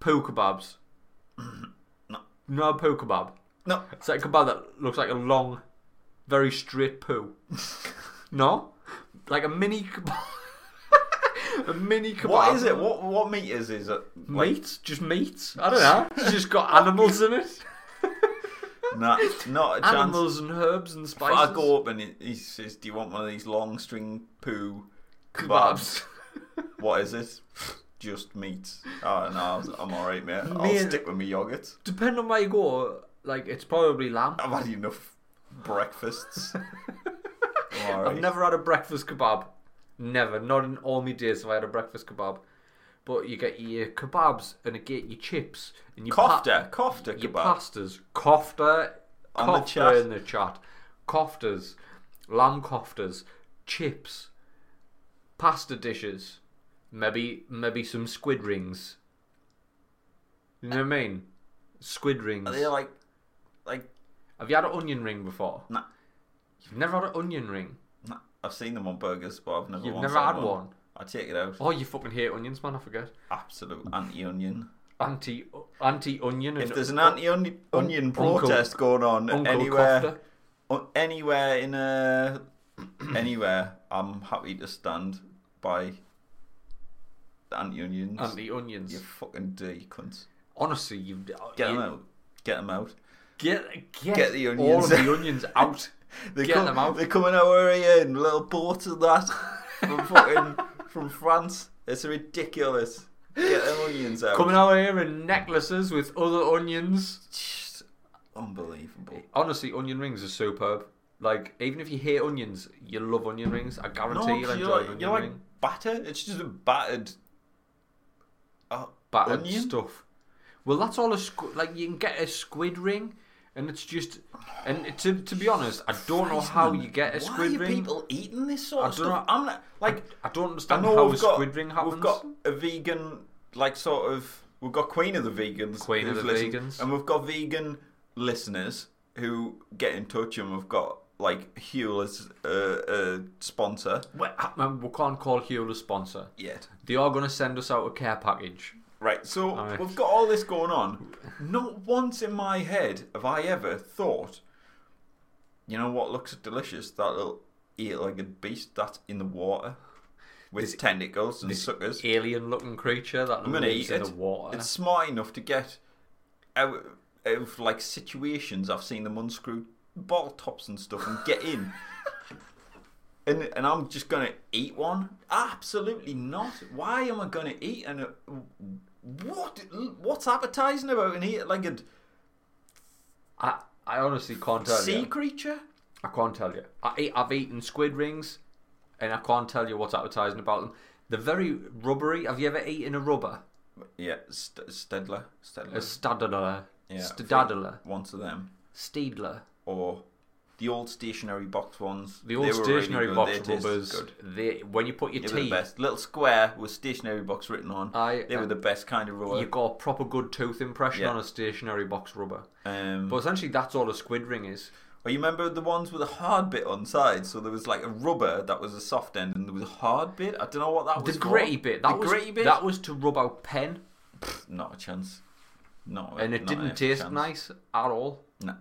Poo <clears throat> kebabs. No poo kebab. no, It's like a kebab that looks like a long, <laughs> very straight poo. no? Like a mini kebab. <laughs> a mini kebab. What is it? What what meat is is it? Like, Meat? Just meat? I don't know. It's just <laughs> got animals in it. nah, not a chance. Animals and herbs and If spices. I go up and he, he says, "Do you want one of these long string poo kebabs?" kebabs. <laughs> what is it? Just meat. Oh no, I'm- I'm all right, mate. <laughs> I'll Mate. stick with my yogurt. Depending on where you go, like it's probably lamb. <laughs> I've had enough breakfasts. I'm all <laughs> I've right. never had a breakfast kebab. Never. Not in all my days have I had a breakfast kebab. But you get your kebabs and you get your chips and your pa- Kofta, kofta your kebab. pastas, kofta, On the kofta chat. in the chat, koftas, lamb koftas, chips, pasta dishes, maybe maybe some squid rings. You know what I mean? Squid rings. Are they like, like? Have you had an onion ring before? Nah. You've never had an onion ring. nah, I've seen them on burgers, but I've never. You've once never had one. one. I take it out. Oh, you fucking hate onions, man! I forget. Absolute anti-onion. Anti anti onion. If there's an anti-onion onion Uncle- protest going on Uncle anywhere, Kofta. on- anywhere in a <clears throat> anywhere, I'm happy to stand by the anti-onions. anti onions. you fucking D cunts. Honestly, you Get them out. Get them out. Get, get, Get the all of onions. <laughs> the onions out. They Get come, them out. They're coming over here in little boats and that from fucking from France. It's ridiculous. Get them onions out. Coming out here in necklaces with other onions. Just unbelievable. Honestly, onion rings are superb. Like, even if you hate onions, you love onion rings. I guarantee you'll 'cause enjoy you're an like, onion you're like ring. batter. It's just a battered. Uh, Battered onion? stuff. Well, that's all a squ- like you can get a squid ring, and it's just and to to be honest, I don't know how you get a squid Why are ring. people eating this sort of I don't stuff? know. I'm not like I don't I understand know how a we've got squid ring happens. we've got a vegan like sort of we've got Queen of the Vegans, Queen of who's the listened, Vegans. and we've got vegan listeners who get in touch, and we've got like Huel as a, a sponsor Well, I- man, we can't call Huel a sponsor. yet. They are going to send us out a care package. Right, so Alright. we've got all this going on. Not once in my head have I ever thought, you know what looks delicious? That little eight-legged beast that's in the water with tentacles and suckers. Alien-looking creature that I'm gonna lives eat in it. the water. It's smart enough to get out out of like situations. I've seen them unscrew bottle tops and stuff and <laughs> get in. And, and I'm just gonna eat one? Absolutely not. Why am I gonna eat and what what's appetizing about an eat like a I, I honestly can't tell sea you. creature? I can't tell you. I eat, I've eaten squid rings, and I can't tell you what's advertising about them. They're very rubbery. Have you ever eaten a rubber? Yeah, st- Stedler, A Stedler. stadler, Yeah, stadler, One of them steedler. or the old stationary box ones. The old They were really stationary good. They box tasted rubbers. good. They, when you put your They were the teeth, best. Little square with stationery box written on. I- uh, they were the best kind of roller. you got a proper good tooth impression Yeah. on a stationary box rubber. Um, But essentially, that's all a squid ring is. well, you remember the ones with a hard bit on sides? So there was like a rubber that was a soft end, and there was a hard bit. I don't know what that The was. for. gritty bit. That the was gritty bit. that was to rub out pen, Not a chance. No. and it not a didn't taste chance. nice at all. No.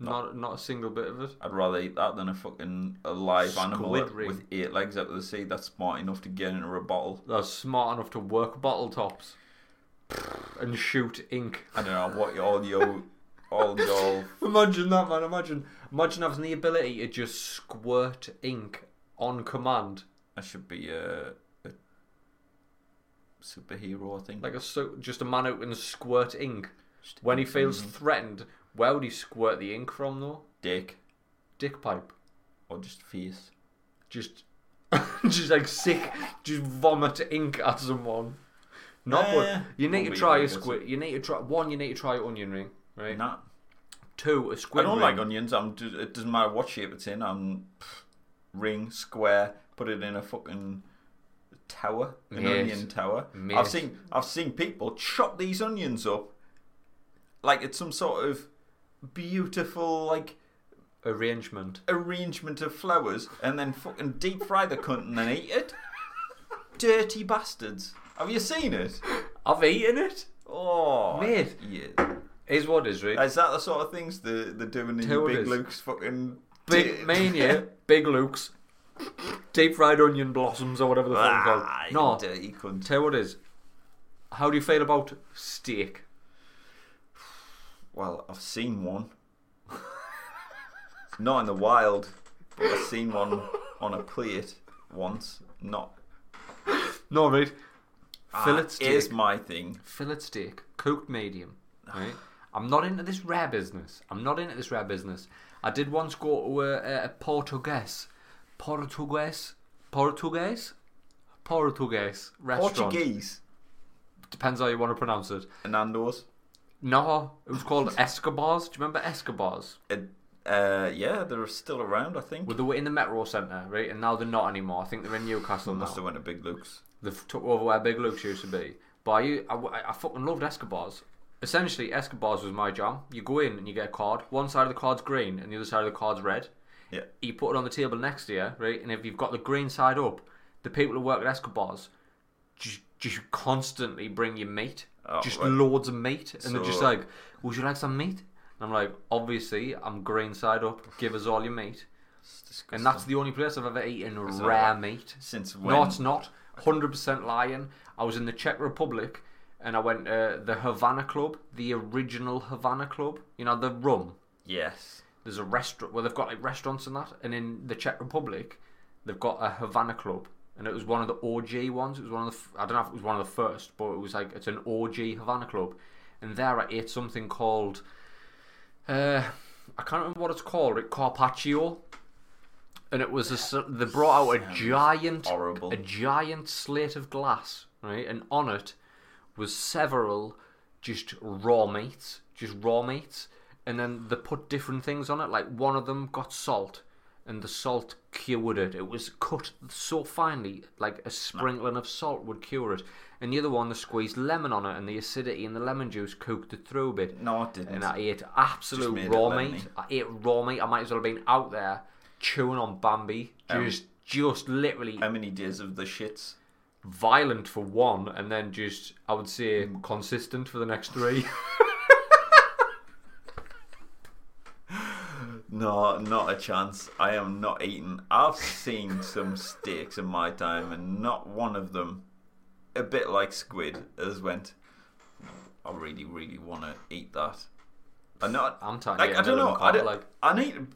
Not not a single bit of it. I'd rather eat that than a fucking a live animal Squid ring. with eight legs out of the sea that's smart enough to get into a bottle. They're smart enough to work bottle tops and shoot ink. I don't know what all your <laughs> all your Imagine that, man. Imagine imagine having the ability to just squirt ink on command, I should be a, a superhero. I think. like a so, just a man out and squirt ink when he feels Mm. threatened. Where would he squirt the ink from though? dick Dick pipe. or just face. Just <laughs> just like sick, just vomit ink at someone. Not Nah, one. You need won't to be try very a good. squid. You need to try one. You need to try an onion ring, right? Nah, Two, a I squid don't ring. like onions. I'm. ju- It doesn't matter what shape it's in. I'm pff, ring square. Put it in a fucking tower, an Mate. onion tower. Mate. I've seen. I've seen people chop these onions up, like it's some sort of beautiful like arrangement. arrangement of flowers, and then fucking deep fry the cunt and then eat <laughs> it. Dirty bastards. Have you seen it? I've eaten it. Oh, Mate. Yeah. Is what is, right? Is that the sort of things they, they're doing in Tell your Big us. <laughs> Luke's fucking Big Mania, Big Luke's deep fried onion blossoms or whatever the fuck Ah, they're called. you Oh, No, dirty cunt. tell you what it is. How do you feel about steak? Well, I've seen one. <laughs> not in the wild, but I've seen one on a plate once. Not No, right. Fillet Ah, steak. Here's my thing. fillet steak, cooked medium. Right? I'm not into this rare business. I'm not into this rare business. I did once go to a, a Portuguese, Portuguese, Portuguese, Portuguese restaurant. Portuguese. Depends how you want to pronounce it. Nando's. No, it was called Escobar's. Do you remember Escobar's? Uh, uh, yeah, they're still around, I think. Well, they were in the Metro Centre, right? And now they're not anymore. I think they're in Newcastle now. Must have went to Big Luke's. They've took over where Big Luke's used to be. But I, u- I, w- I fucking loved Escobars. Essentially, Escobars was my jam. You go in and you get a card. One side of the card's green and the other side of the card's red. Yeah. You put it on the table next to you, right? And if you've got the green side up, the people who work at Escobars just, just constantly bring you meat. Oh, just right. loads of meat. And they're just So- like, would you like some meat? And I'm like, obviously, I'm green side up. Give us all your meat. It's And disgusting. that's the only place I've ever eaten that rare meat. since when? No, it's not. Hundred percent lying. I was in the Czech Republic, and I went to the Havana Club, the original Havana Club. You know the rum. Yes. There's a restaurant where they've got like restaurants and that, and in the Czech Republic, they've got a Havana Club, and it was one of the OG ones. It was one of the f- I don't know if it was one of the first, but it was like it's an OG Havana Club, and there I ate something called, uh, I can't remember what it's called. It carpaccio. And it was a, s- they brought out a Sounds giant Horrible. a giant slate of glass, right? And on it was several just raw meats, just raw meats. And then they put different things on it. Like one of them got salt, and the salt cured it. It was cut so finely, like a sprinkling of salt would cure it. And the other one, they squeezed lemon on it, and the acidity and the lemon juice cooked it through a bit. No, it didn't. And I ate Just absolute made raw it lemony. meat. I ate raw meat. I might as well have been out there chewing on Bambi, Um, just just literally How many days of the shits? violent for one, and then just I would say consistent for the next three. No, not a chance. I am not eating. I've seen some steaks in my time, and not one of them, a bit like squid, has went. I really, really want to eat that. I'm not. I'm tired. Like, I don't know. I, don't, like I need.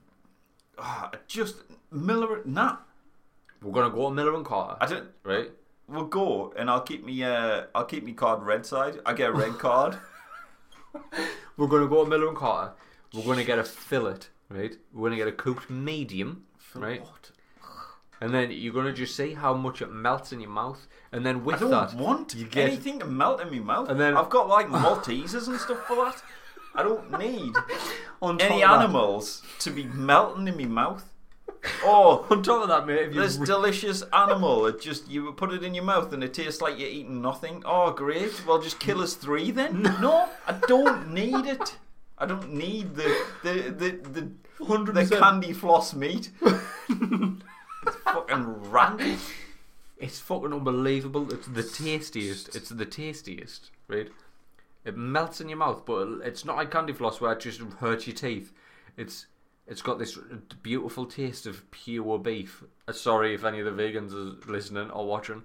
ah, just Miller. Nah, <laughs> we're gonna go to Miller and I Carter, don't. right? We'll go, and I'll keep me. Uh, I'll keep me card red side. I get a <laughs> red card. We're gonna go to Miller and Carter. We're gonna get a fillet, right? We're gonna get a cooked medium, right? What? And then you're gonna just see how much it melts in your mouth, and then I with don't that, want you get- anything to melt in my mouth. And then- I've got like Maltesers and stuff for that. I don't need on top any of that- animals to be melting in my mouth. Oh, <laughs> on top of that, mate, if you this re- delicious animal. It just you put it in your mouth and it tastes like you're eating nothing. Oh, great. Well, just kill us three then. <laughs> No, I don't need it. I don't need the the the the, the 100%. candy floss <laughs> meat. it's fucking rank. It's fucking unbelievable. It's the tastiest. It's the tastiest, right? It melts in your mouth, but it's not like candy floss where it just hurts your teeth. It's it's got this beautiful taste of pure beef. Uh, Sorry if any of the vegans are listening or watching.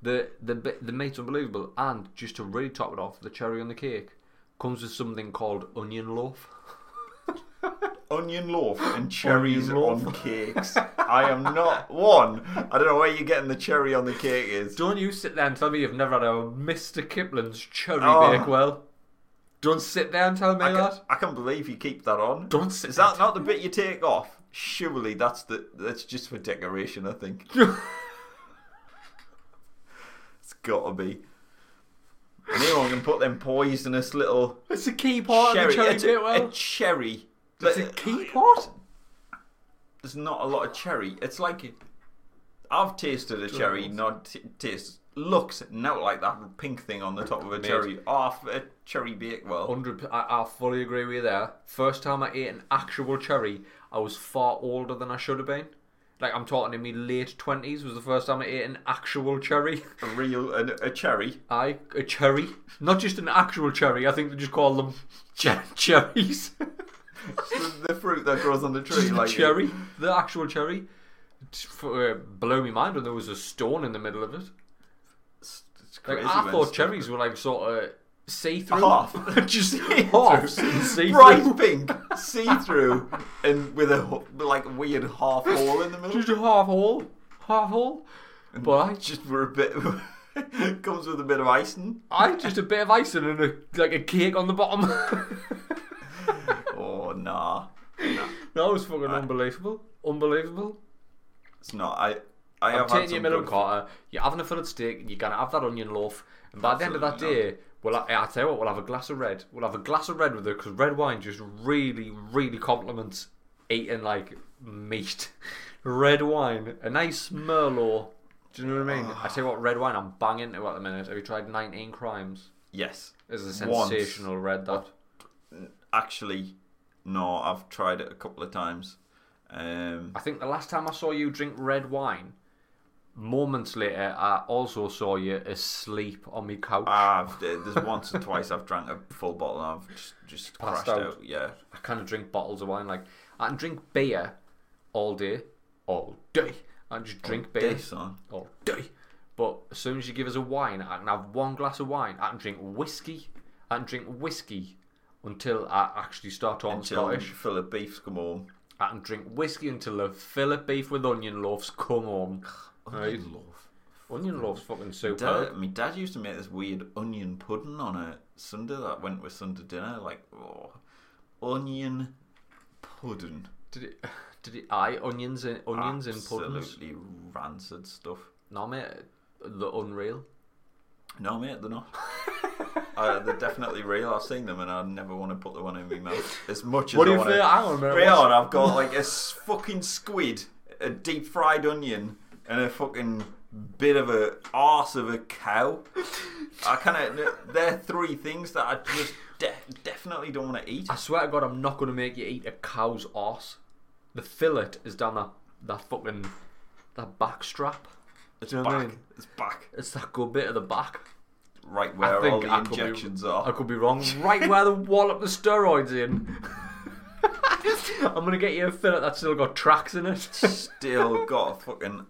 The the bi- the meat's unbelievable, and just to really top it off, the cherry on the cake comes with something called onion loaf. onion loaf and cherries Onion loaf. on cakes. I am not one. I don't know where you're getting the cherry on the cake is. Don't you sit there and tell me you've never had a Mr. Kipling's cherry Oh. bakewell. Don't sit there and tell me I that. can't, I can't believe you keep that on. Don't sit Is that not the bit you take off? Surely that's the that's just for decoration. <laughs> I think it's got to be. And anyone can put them poisonous little It's a key part cherry. of Oh, the cherry it's bit a, well. a cherry. it's a But- key part? there's not a lot of cherry. It's like I've tasted a cherry, not t- taste looks now like that pink thing on the top of a Mate. cherry off a cherry bake. Well, Hundred. I, I fully agree with you there. First time I ate an actual cherry, I was far older than I should have been. Like I'm talking in my late twenties was the first time I ate an actual cherry. <laughs> a real a, a cherry. I a cherry, not just an actual cherry. I think they just call them <laughs> che- cherries. <laughs> It's the, the fruit that grows on the tree, the like cherry, the actual cherry. f- uh, blew my mind when there was a stone in the middle of it. It's, it's Like crazy I when thought stuff- <laughs> cherries were like sort of see through, <laughs> Half. just Half. half <laughs> see Oh, bright pink, see-through, and with a ho- like weird <laughs> half hole in the middle. Just a half hole, half hole. But I just, <laughs> Just for a bit, <laughs> comes with a bit of icing. I just a bit of icing and a, like a cake on the bottom. <laughs> Oh nah, nah. that was fucking unbelievable, unbelievable. it's not. I I I'm have had taking your some melon good carter. You're having a fillet steak. You're gonna have that onion loaf. And by the end of that Absolutely day, well, I, I tell you what, we'll have a glass of red. We'll have a glass of red with it because red wine just really, really complements eating like meat. <laughs> Red wine, a nice merlot. Do you know what I mean? I tell you what, red wine. I'm banging to at the minute. Have you tried 19 Crimes? Yes, It's a Once. sensational red that. actually, no. I've tried it a couple of times. Um, I think the last time I saw you drink red wine, moments later, I also saw you asleep on my couch. I've there's once or twice I've drank a full bottle and I've just just Passed crashed out. out. Yeah, I kind of drink bottles of wine. Like I can drink beer all day, all day. I can just drink beer this on. all day. But as soon as you give us a wine, I can have one glass of wine. I can drink whiskey. I can drink whiskey until I actually start talking Until Scottish. Philip Beef's come home. I can drink whiskey until the fillet beef with onion loaves come home. Right. Onion loaf. Onion loaves fucking superb. Dad, my dad used to make this weird onion pudding on a Sunday that went with Sunday dinner. Like, oh, onion pudding. Did it? <sighs> Did it? I onions and onions and puddings. Absolutely rancid stuff. No mate, the unreal. No, mate, they're not. <laughs> uh, they're definitely real. I've seen them and I never want to put the one in my mouth as much as What do I you want feel? to. Hang on a minute. Real, what's- and I've got like a s- fucking squid, a deep fried onion, and a fucking bit of a arse of a cow. I kind of they're three things that I just de- definitely don't want to eat. I swear to God, I'm not going to make you eat a cow's ass. The fillet is down that, that fucking that back strap. It's Do you know what I back. mean? It's back. It's that good bit of the back. Right where I think all the I could be- injections I are. could be wrong. Right where the wallop the steroids <laughs> in. I'm gonna get you a fillet that's still got tracks in <laughs> it. Still got a fucking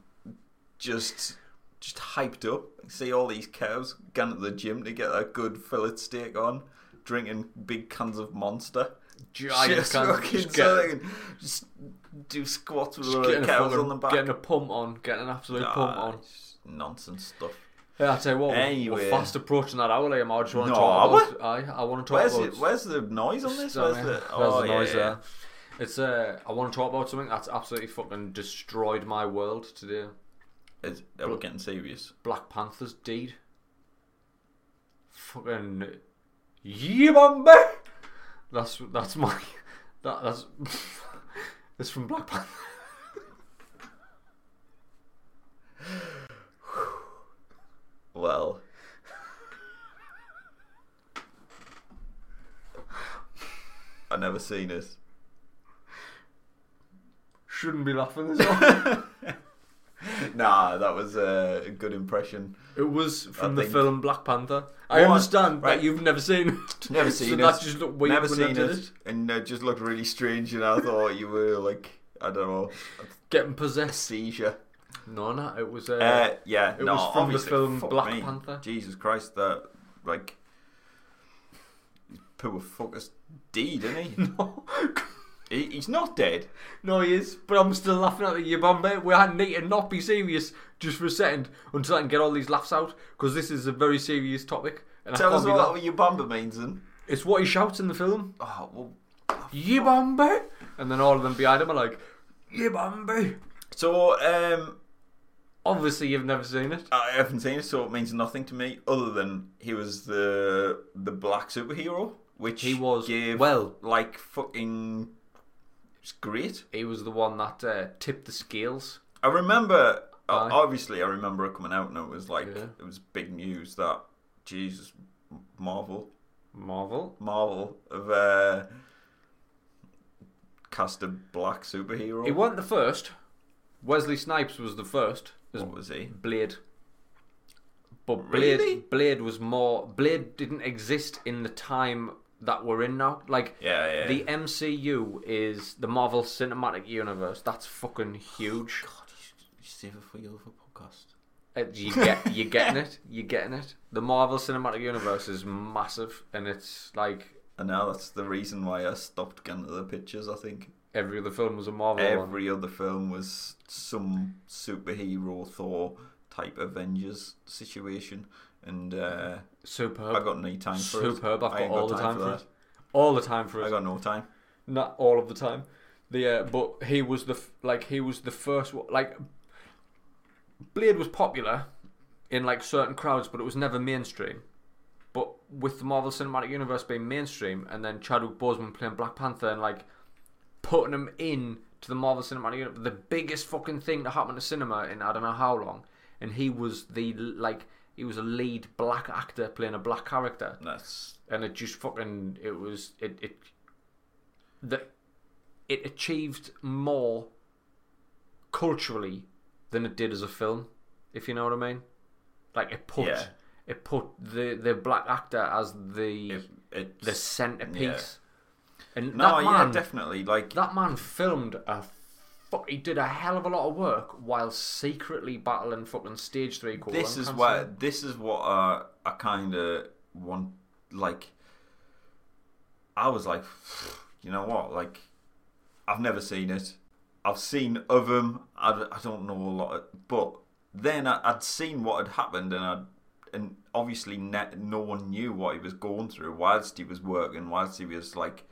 just just hyped up. See all these cows going to the gym to get a good fillet steak on, drinking big cans of Monster. Giant Just cans of- fucking just so get- they can just do squats with just all getting the a cows fucking- on the back. Getting a pump on, getting an absolute Ah, pump on. it's Nonsense stuff. Yeah, I tell you what, we're- we're Anyway. fast approaching that hour, Liam. I just want to No, talk about. I, I want to talk Where's about. it? Where's the noise on this? Stunning. Where's the, There's oh, the noise yeah. there. It's uh, I want to talk about something that's absolutely fucking destroyed my world today. It's, oh, we're getting serious. Black Panther's deed. Fucking yeah, man, mate. That's that's my that that's <laughs> it's from Black Panther. Well, I never seen it. Shouldn't be laughing. This hard. Nah, that was uh, a good impression. <laughs> it was from I the think- film Black Panther. I What? understand Right. that you've never seen it. <laughs> Never so seen it. That just looked weird never when I seen did it, and it just looked really strange. And I thought you were like, I don't know, Getting a possessed. seizure. No, no, it was. Uh, yeah, It no, was from the obviously, film fuck Black me. Panther. Jesus Christ, that like poor fucker's <laughs> dead, isn't no. he? he? He's not dead. No, he is, but I'm still laughing at you, but mate, we need to not be serious just for a second until I can get all these laughs out because this is a very serious topic. And I Tell can't us be what laugh- your bumper means, then. It's what he shouts in the film, Oh well. Yibambe! And then all of them behind him are like, Yibambe! So um, Obviously, you've never seen it. I haven't seen it, so it means nothing to me other than he was the the black superhero, which He was- gave, well- like fucking. It's great. He was the one that uh, tipped the scales. I remember, uh, Aye. obviously, I remember it coming out, and it was like Yeah. it was big news that Jesus, Marvel, Marvel. Marvel have uh, cast a black superhero. He wasn't the first. Wesley Snipes was the first. as what was he? Blade. But Blade, Really? Blade was more. Blade didn't exist in the time that we're in now. Like Yeah, yeah. the MCU is the Marvel Cinematic Universe. That's fucking huge. Oh, God, he's save it for your other podcast. Uh, You get, you're getting it. You're getting it. The Marvel Cinematic Universe is massive, and it's like And now that's the reason why I stopped getting to the pictures. I think every other film was a Marvel one. every other film was some superhero Thor type Avengers situation, and uh, Superb. I got no time for it. Superb. I've I got ain't all the time for that. it. All the time for I it. got no time. Not all of the time. The uh, but he was the f- like he was the first one- like Blade was popular in like certain crowds, but it was never mainstream. But with the Marvel Cinematic Universe being mainstream, and then Chadwick Boseman playing Black Panther, and like putting him in to the Marvel Cinematic Universe, the biggest fucking thing to happen to cinema in I don't know how long, and he was the like he was a lead black actor playing a black character That's and it just fucking it was it it the, it achieved more culturally than it did as a film if you know what i mean like it put Yeah. it put the the black actor as the it, it's the centerpiece and no, that yeah, man definitely. Like that man filmed a fuck he did a hell of a lot of work while secretly battling fucking stage 3 colon this is cancer. why this is what uh, I kind of want. Like, I was like, <sighs> you know what? Like, I've never seen it. I've seen of them. I, d- I don't know a lot, of- but then I, I'd seen what had happened, and I and obviously ne- no one knew what he was going through whilst he was working, whilst he was like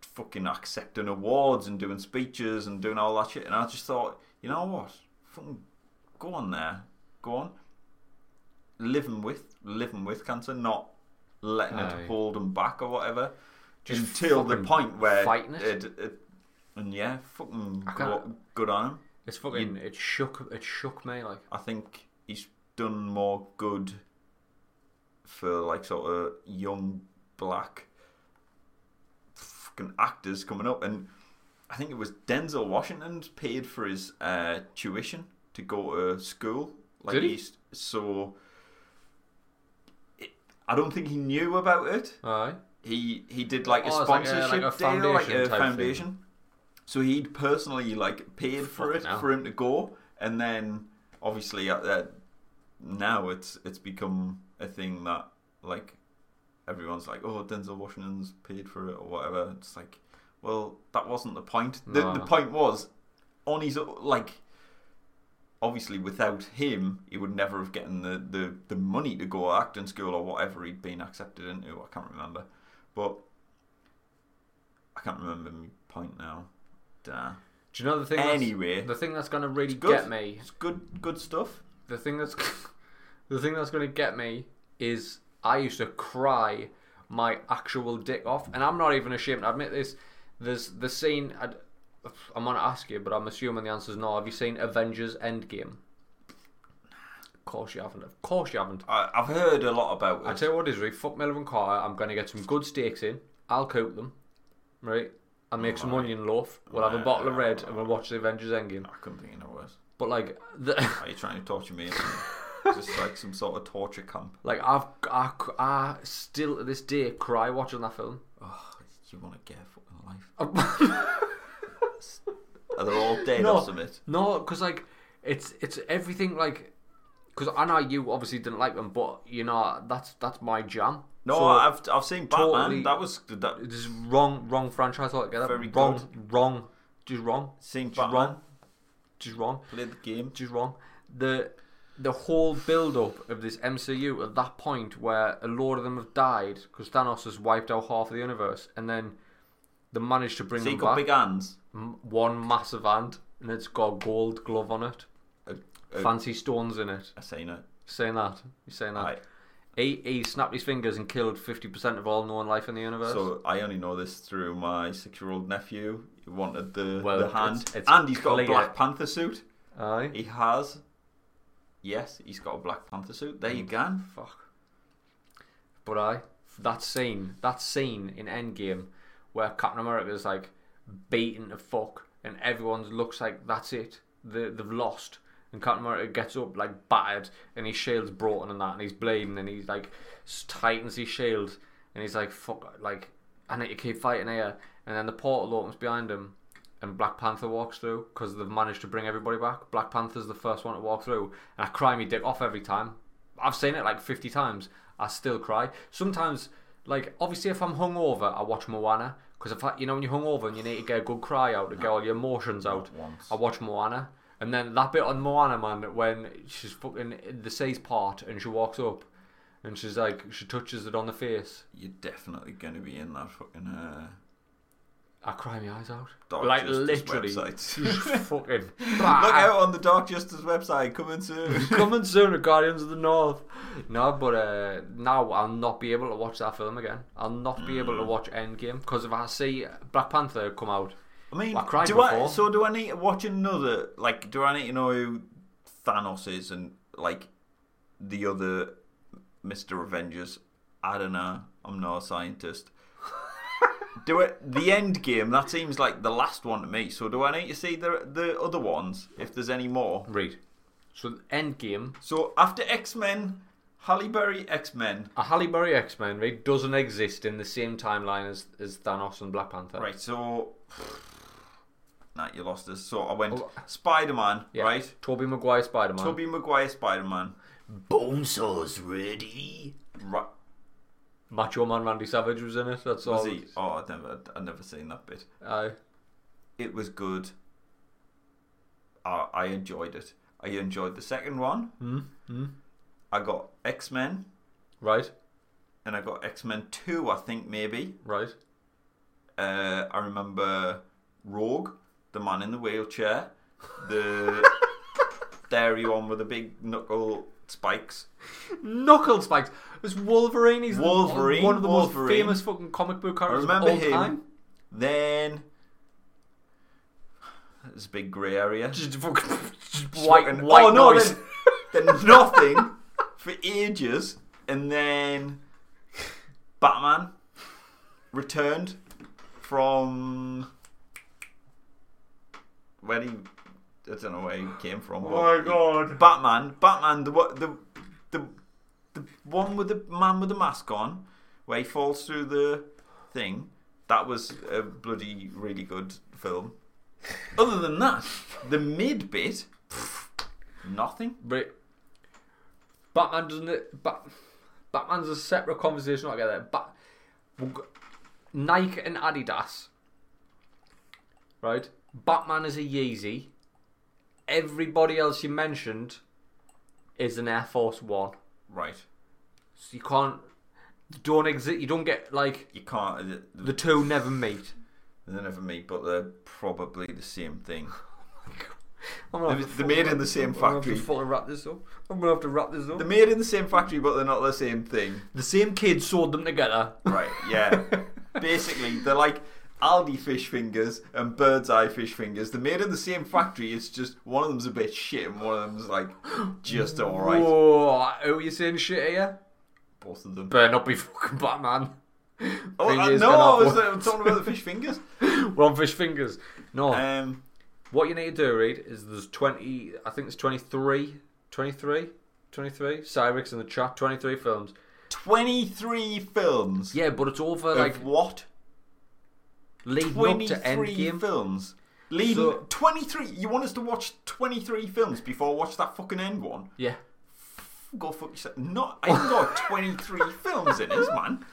fucking accepting awards and doing speeches and doing all that shit. And I just thought, you know what? Fucking go on there, go on. Living with living with cancer, not letting Aye. it hold him back or whatever. Just until the fucking point where fighting it. and yeah, fucking I go- good on him. it's fucking it shook it shook me like I think he's done more good for like sort of young black fucking actors coming up, and I think it was Denzel Washington paid for his uh, tuition to go to school. Like Did he? he's- so. it- I don't think he knew about it aye he he did like a Oh, it's like a- like sponsorship a deal, like foundation a type foundation. So he'd personally like paid for Fucking it hell. for him to go, and then obviously uh, uh, now it's it's become a thing that like everyone's like, oh, Denzel Washington's paid for it or whatever. It's like, well, that wasn't the point. The, No. the point was on his o- like. Obviously, without him, he would never have gotten the, the, the money to go acting school or whatever he'd been accepted into. I can't remember, but I can't remember my point now. Nah. Do you know the thing? Anyway. that's, the thing that's gonna really Good. get me. It's good, good stuff. The thing that's <laughs> the thing that's gonna get me is I used to cry my actual dick off, and I'm not even ashamed to admit this. There's the scene. I'd, I'm gonna ask you, but I'm assuming the answer's no. Have you seen Avengers Endgame? Of course you haven't. Of course you haven't. I, I've heard a lot about it. I tell you what is right. Fuck Miller and Carter. I'm gonna get some good steaks in. I'll cook them, right? I'll make some onion loaf. We'll have a bottle of red, and we'll watch the Avengers Endgame. I couldn't think of no worse. But like the. <laughs> Are you trying to torture me? Just like some sort of torture camp. Like I've I, c- I still to this day cry watching that film. <laughs> Oh, you want to get a fucking life? no, Are they all dead No. or something? because like it's it's everything like because I know you obviously didn't like them, but you know that's that's my jam. No, So, I've I've seen Batman. totally- That was that this is wrong wrong franchise altogether. Very wrong wrong just wrong seen just Batman. wrong just wrong Played the game. just wrong. The the whole build up of this MCU at that point where a lot of them have died because Thanos has wiped out half of the universe, and then they managed to bring So you them got back. big hands. m- one massive hand and it's got a gold glove on it, I, I, fancy stones in it. I seen it. Saying that, you saying that? I, He, he snapped his fingers and killed fifty percent of all known life in the universe. so I only know this through my six-year-old nephew. He wanted the Well, the it's- hand, it's and he's got a clear. Black Panther suit. Aye. He has. Yes, he's got a Black Panther suit. Mm. There you go. Fuck. But I that scene, that scene in Endgame, where Captain America is like beaten to fuck, and everyone looks like that's it, they, they've lost, and Captain America gets up like battered, and his shield's broken and that, and he's bleeding, and he's like s- tightens his shield, and he's like fuck, like I need to keep fighting here, and then the portal opens behind him, and Black Panther walks through because they've managed to bring everybody back. Black Panther's the first one to walk through, and I cry me dick off every time. I've seen it like 50 times. I still cry. Sometimes, like, obviously, if I'm hungover, I watch Moana because if I, you know, when you're hungover and you need to get a good cry out to get all your emotions out, Once. I watch Moana. And then that bit on Moana, man, when she's fucking in the seas part and she walks up and she's like, she touches it on the face. You're definitely going to be in that fucking uh, I cry my eyes out. Dark like, Justice literally. website. Just <laughs> fucking. Look ah. out on the Dark Justice website. Coming soon. <laughs> Coming soon to Guardians of the North. No, but uh, now I'll not be able to watch that film again. I'll not be Mm. able to watch Endgame because if I see Black Panther come out, I mean, I cried do I, before. so do I need to watch another? Like, do I need to know who Thanos is and like the other Mister Avengers? I don't know. I'm not <laughs> a scientist. do it the end game? That seems like the last one to me. So do I need to see the the other ones if there's any more? read. So Endgame, So after X Men, Halle Berry X Men. a Halle Berry X Men read doesn't exist in the same timeline as, as Thanos and Black Panther. Right. So. <sighs> Nah, you lost us. So I went Oh. Spider Man, right? Tobey Maguire Spider Man. Tobey Maguire Spider Man. Bone saw's ready. Right. Macho Man Randy Savage was in it. That's all. Was he? Oh, I'd never, I'd never seen that bit. Aye. It was good. I, I enjoyed it. I enjoyed the second one. Mm, mm. I got X Men, Right. and I got X Men Two. I think maybe. Right. Uh, I remember Rogue, the man in the wheelchair, the <laughs> dairy one with the big knuckle spikes. Knuckle spikes. It was Wolverine. He's Wolverine, one of the most Wolverine. famous fucking comic book I characters of remember all him. time. Then there's a big grey area. <laughs> Just fucking just Just white, fucking- white oh, no, noise. Then <laughs> nothing for ages, and then Batman returned from where he. I don't know where he came from. Oh but he- god. Batman, Batman, the what the the the one with the man with the mask on, where he falls through the thing. That was a bloody really good film. Other than that, the mid bit, nothing. But Batman doesn't it? Bat, Batman's a separate conversation altogether. Bat, we'll go- Nike and Adidas. Right? Batman is a Yeezy. Everybody else you mentioned is an Air Force One. Right, So you can't. Don't exist. You don't get like you can't. uh, the two never meet. They're never me, but they're probably the same thing. I'm gonna have They're- to they're fucking- made in the same I'm gonna have to factory. fucking wrap this up. I'm gonna have to wrap this up. They're made in the same factory, but they're not the same thing. the same kid sewed them <laughs> together. Right, yeah. Basically, they're like Aldi fish fingers and bird's eye fish fingers. They're made in the same factory, it's just one of them's a bit shit and one of them's like just alright. Whoa, who are you saying shit here? Both of them. Better not be fucking Batman. oh, Thing uh, is, no, they're I not was one- uh, talking about the fish fingers. <laughs> We're on fish fingers. No, Um, what you need to do, Reed, is there's 20, I think it's 23, 23, 23, Cyrix in the chat, 23 films. 23 films. Yeah, but it's over, like, of what? leading up to 23 Endgame. films. Leading So- 23. You want us to watch 23 films before I watch that fucking end one? Yeah. Go fuck yourself. Not, I <laughs> ain't got 23 films in this, man.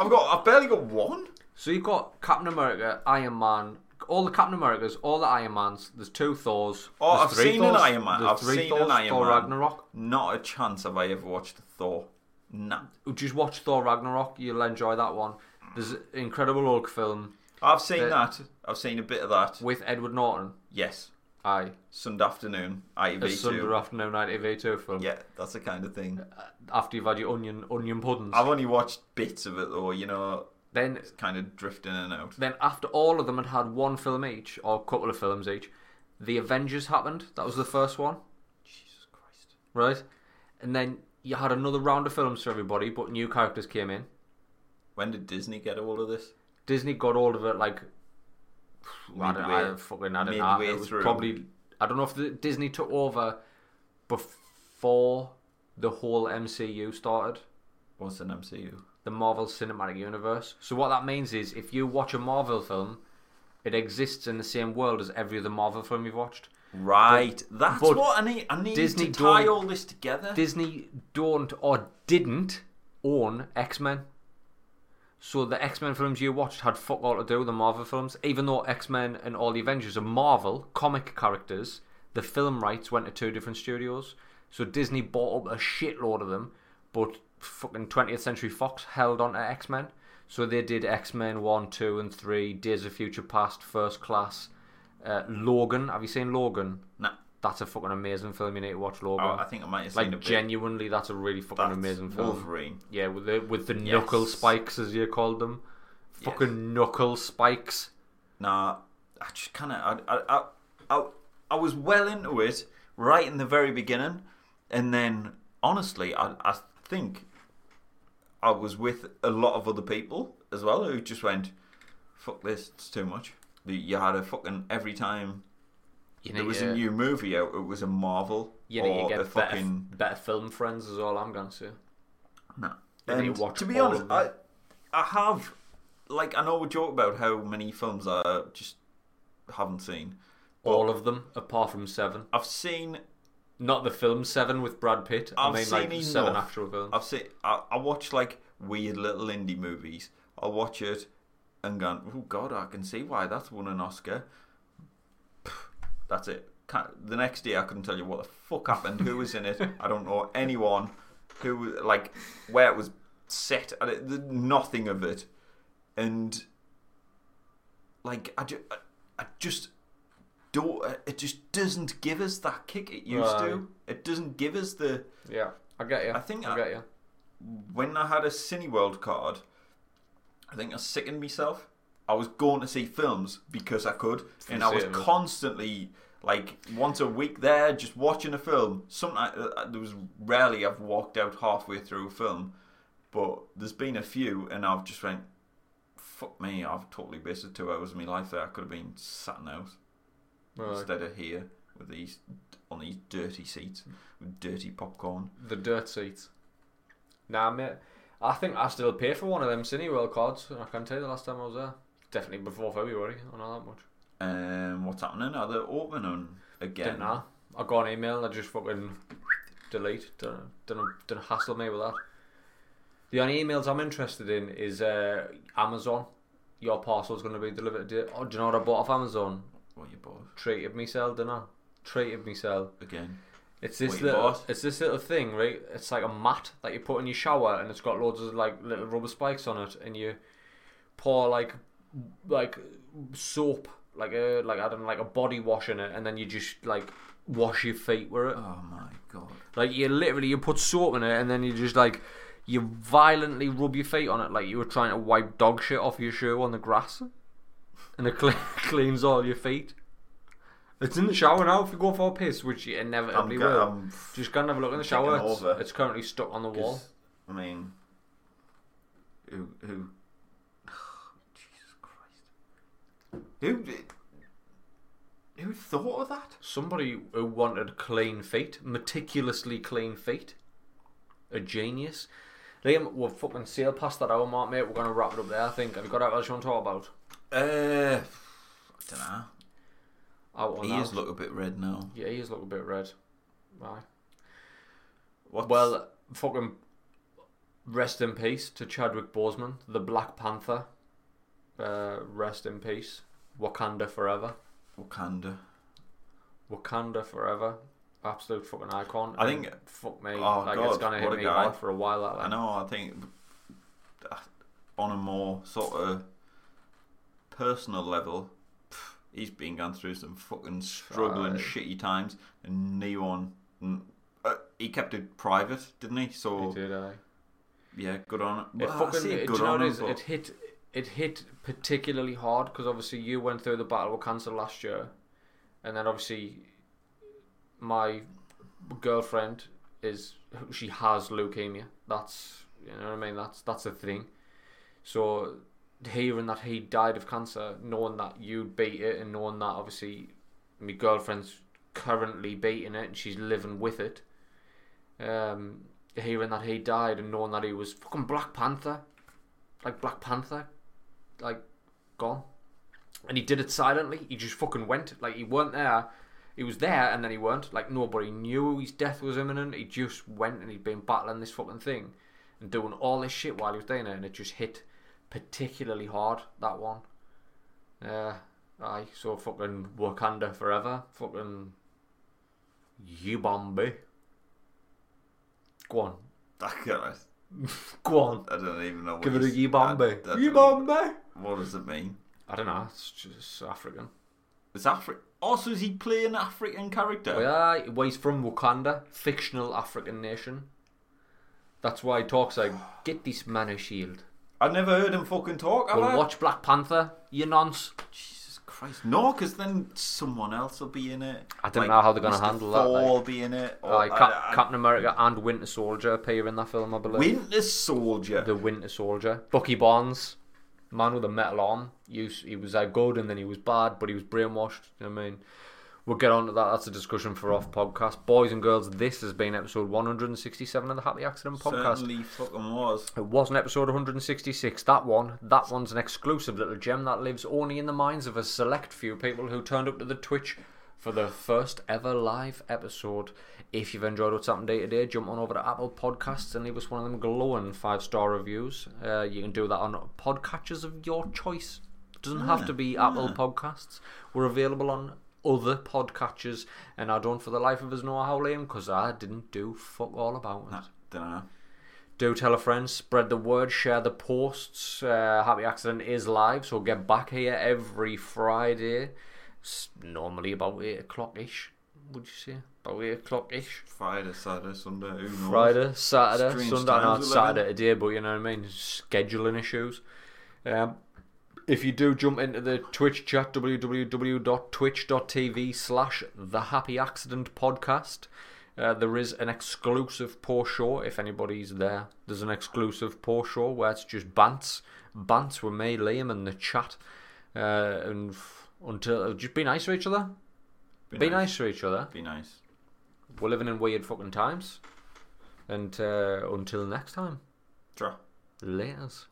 I've got, I've barely got one. So you've got Captain America, Iron Man, all the Captain Americas, all the Iron Mans, there's two Thors. Oh, there's I've seen an Iron Man. there's I've three seen Thors, an Iron Thor Man. Ragnarok. Not a chance have I ever watched Thor. Nah. Just watch Thor Ragnarok, you'll enjoy that one. There's an Incredible Hulk film I've seen The- that. I've seen a bit of that. with Edward Norton. Yes. Aye. Sunday afternoon. A ITV2. Sunday Uh, afternoon night of A2 film. Yeah, that's the kind of thing. After you've had your onion onion puddings. I've only watched bits of it though, you know, then kind of drifting in and out. then after all of them had had one film each, or a couple of films each, The Avengers happened. That was the first one, Jesus Christ. right? And then you had another round of films for everybody, but new characters came in. When did Disney get all of this? Disney got all of it like I don't, I Midway. fucking I don't know. Midway It was through. probably I don't know if the, Disney took over before the whole MCU started, What's an MCU? the Marvel Cinematic Universe. So what that means is if you watch a Marvel film It exists in the same world as every other Marvel film you've watched. Right. That's but what I need. I need Disney to tie don't- all this together. Disney don't or didn't own X Men. So the X Men films you watched had fuck all to do with the Marvel films, even though X Men and all the Avengers are Marvel comic characters. The film rights went to two different studios, so Disney bought up a shitload of them, but fucking 20th Century Fox held on to X Men. So they did X Men 1, 2, and 3, Days of Future Past, First Class, uh, Logan. Have you seen Logan? no. That's a fucking amazing film. You need to watch Logan. Oh, I think I might have seen a Like bit. genuinely, that's a really fucking That's amazing film. Wolverine. Yeah, with the with the Yes. knuckle spikes as you called them, fucking knuckle spikes. Nah, I just kind of I, I I I I was well into it right in the very beginning, and then honestly, I I think I was with a lot of other people as well who just went, "Fuck this, it's too much." You- You had a fucking every time You there need was to, a new movie out, it was a Marvel you need or to a get better, fucking better film friends is all I'm gonna say. No. You need And to watch to be all honest, of I them. I have like I know we joke about how many films I just haven't seen. All of them, apart from Seven. I've seen Not the film Seven with Brad Pitt. I've I mean, seen like Seven enough. actual films. I've seen I, I watch like weird little indie movies. I watch it and gone, oh god, I can see why that's won an Oscar. Pff, That's it. Can't, the next day, I couldn't tell you what the fuck happened, who was in it. <laughs> I don't know anyone who was like where it was set. I, don't- th- nothing of it, and like I, ju- I, I just don't. It just doesn't give us that kick it used to. Right. It doesn't give us the yeah, I get you. I think I I- get you. when I had a Cineworld card, I think I sickened myself. I was going to see films because I could, and I was Certainly. constantly like once a week there, just watching a film. Sometimes uh, there was rarely I've walked out halfway through a film, but there's been a few, and I've just went, "Fuck me! I've totally wasted two hours of my life there. I could have been sat in the house Right. instead of here with these on these dirty seats with dirty popcorn." The dirt seat. Nah, mate. I think I still pay for one of them Cineworld cards. I can't tell you the last time I was there. Definitely before February. I know that much. Um, what's happening? Are they opening on again? Didn't I? I got an email and I just fucking delete. Don't, don't, don't hassle me with that. The only emails I'm interested in is uh, Amazon. Your parcel's going to be delivered today. Oh, do you know what I bought off Amazon? What you bought Treated myself, didn't I? Treated myself. again? It's this What you little, bought? it's this little thing, right? It's like a mat that you put in your shower, and it's got loads of like little rubber spikes on it, and you pour like, like soap, like a like I don't know, like a body wash in it, and then you just like wash your feet with it. Oh my god! Like you literally, you put soap in it, and then you just like you violently rub your feet on it, like you were trying to wipe dog shit off your shoe on the grass, and it cle- <laughs> cleans all your feet. It's in the shower now. If you go for a piss, which you I'm, inevitably go- will, I'm f- just go and have a look in the Taking shower. It's, over. it's currently stuck on the wall. I mean, who? Who? <sighs> Jesus Christ! Who? did- Who thought of that? Somebody who wanted clean feet, meticulously clean feet, a genius. Liam, we've fucking sailed past that hour mark, mate. We're gonna wrap it up there. I think. Have you got out else you want to talk about? Uh, I don't know. Out on Ears that. look a bit red now. Yeah, ears look a bit red. Right. What's, Well, fucking rest in peace to Chadwick Boseman, the Black Panther. Uh, rest in peace. Wakanda forever. Wakanda. Wakanda forever. Absolute fucking icon. I And think- Fuck me. Oh, like, it's God, gonna what a hit me guy. hard for a while. That I like. know. I think uh, on a more sort of personal level, pff, he's been going through some fucking struggling, Right. shitty times, and Neon. mm, Uh, he kept it private, didn't he? So It did, aye. yeah, good on it. It Well, I fucking. say It, do good you know on what it him, is? but It hit. It hit particularly hard because obviously you went through the battle with cancer last year, and then obviously my girlfriend is she has leukemia. That's you know what I mean. That's that's a thing. So hearing that he died of cancer, knowing that you beat it, and knowing that obviously my girlfriend's currently beating it and she's living with it. Um, hearing that he died and knowing that he was fucking Black Panther, like Black Panther, like gone. and he did it silently. He just fucking went. Like he weren't there. He was there and then he weren't. Like nobody knew his death was imminent. He just went and he'd been battling this fucking thing and doing all this shit while he was doing it, and it just hit particularly hard that one. Yeah, aye. So fucking Wakanda forever. Fucking Yubambi. Go on. I, can't, Go on. I don't even know. What Give it a he's- I- I Yubambi. don't- Yubambi. What does it mean? I don't know. It's just African. It's Afri Also, is he playing an African character? Well, aye, well, he's from Wakanda, fictional African nation. That's why he talks like, get this man a shield. I've never heard him fucking talk. Have Well, I? watch Black Panther, you nonce. Jesus Christ. No, because then someone else will be in it. I don't know how they're gonna Mr. handle that, Thor like- Oh, will be in it. Or, uh, Aye, Oh, I- Cap- I- Captain America and Winter Soldier appear in that film, I believe. Winter Soldier. the Winter Soldier. Bucky Barnes, man with a metal arm. He was, he was like good and then he was bad, but he was brainwashed. You know what I mean, we'll get on to that. That's a discussion for off podcast. Boys and girls, this has been episode 167 of the Happy Accident podcast. Certainly fucking was. It was an episode 166. That one, that one's an exclusive little gem that lives only in the minds of a select few people who turned up to the Twitch for the first ever live episode. If you've enjoyed what's happened day to day, jump on over to Apple Podcasts and leave us one of them glowing five star reviews. Uh, you can do that on podcatchers of your choice. It doesn't have to be Apple Podcasts. We're available on other podcatchers, and I don't for the life of us know how, Liam, because I didn't do fuck all about it Don't know. do tell a friend, spread the word, share the posts. Uh, Happy Accident is live, so get back here every Friday, s- normally about 8 o'clock ish, would you say? About 8 o'clock ish. Friday, Saturday, Sunday. Who knows? Friday, Saturday, Strange Sunday, no, times it's we live in. Saturday today, but you know what I mean? Scheduling issues. Um, if you do jump into the Twitch chat, www.twitch.tv slash the happy accident podcast, uh, there is an exclusive poor show if anybody's there. There's an exclusive poor show where it's just bants. Bants with me, Liam, and the chat. Uh, and f- until just be nice to each other. Be, nice. to each other. Be nice. We're living in weird fucking times. And uh, until next time, Draw. laters.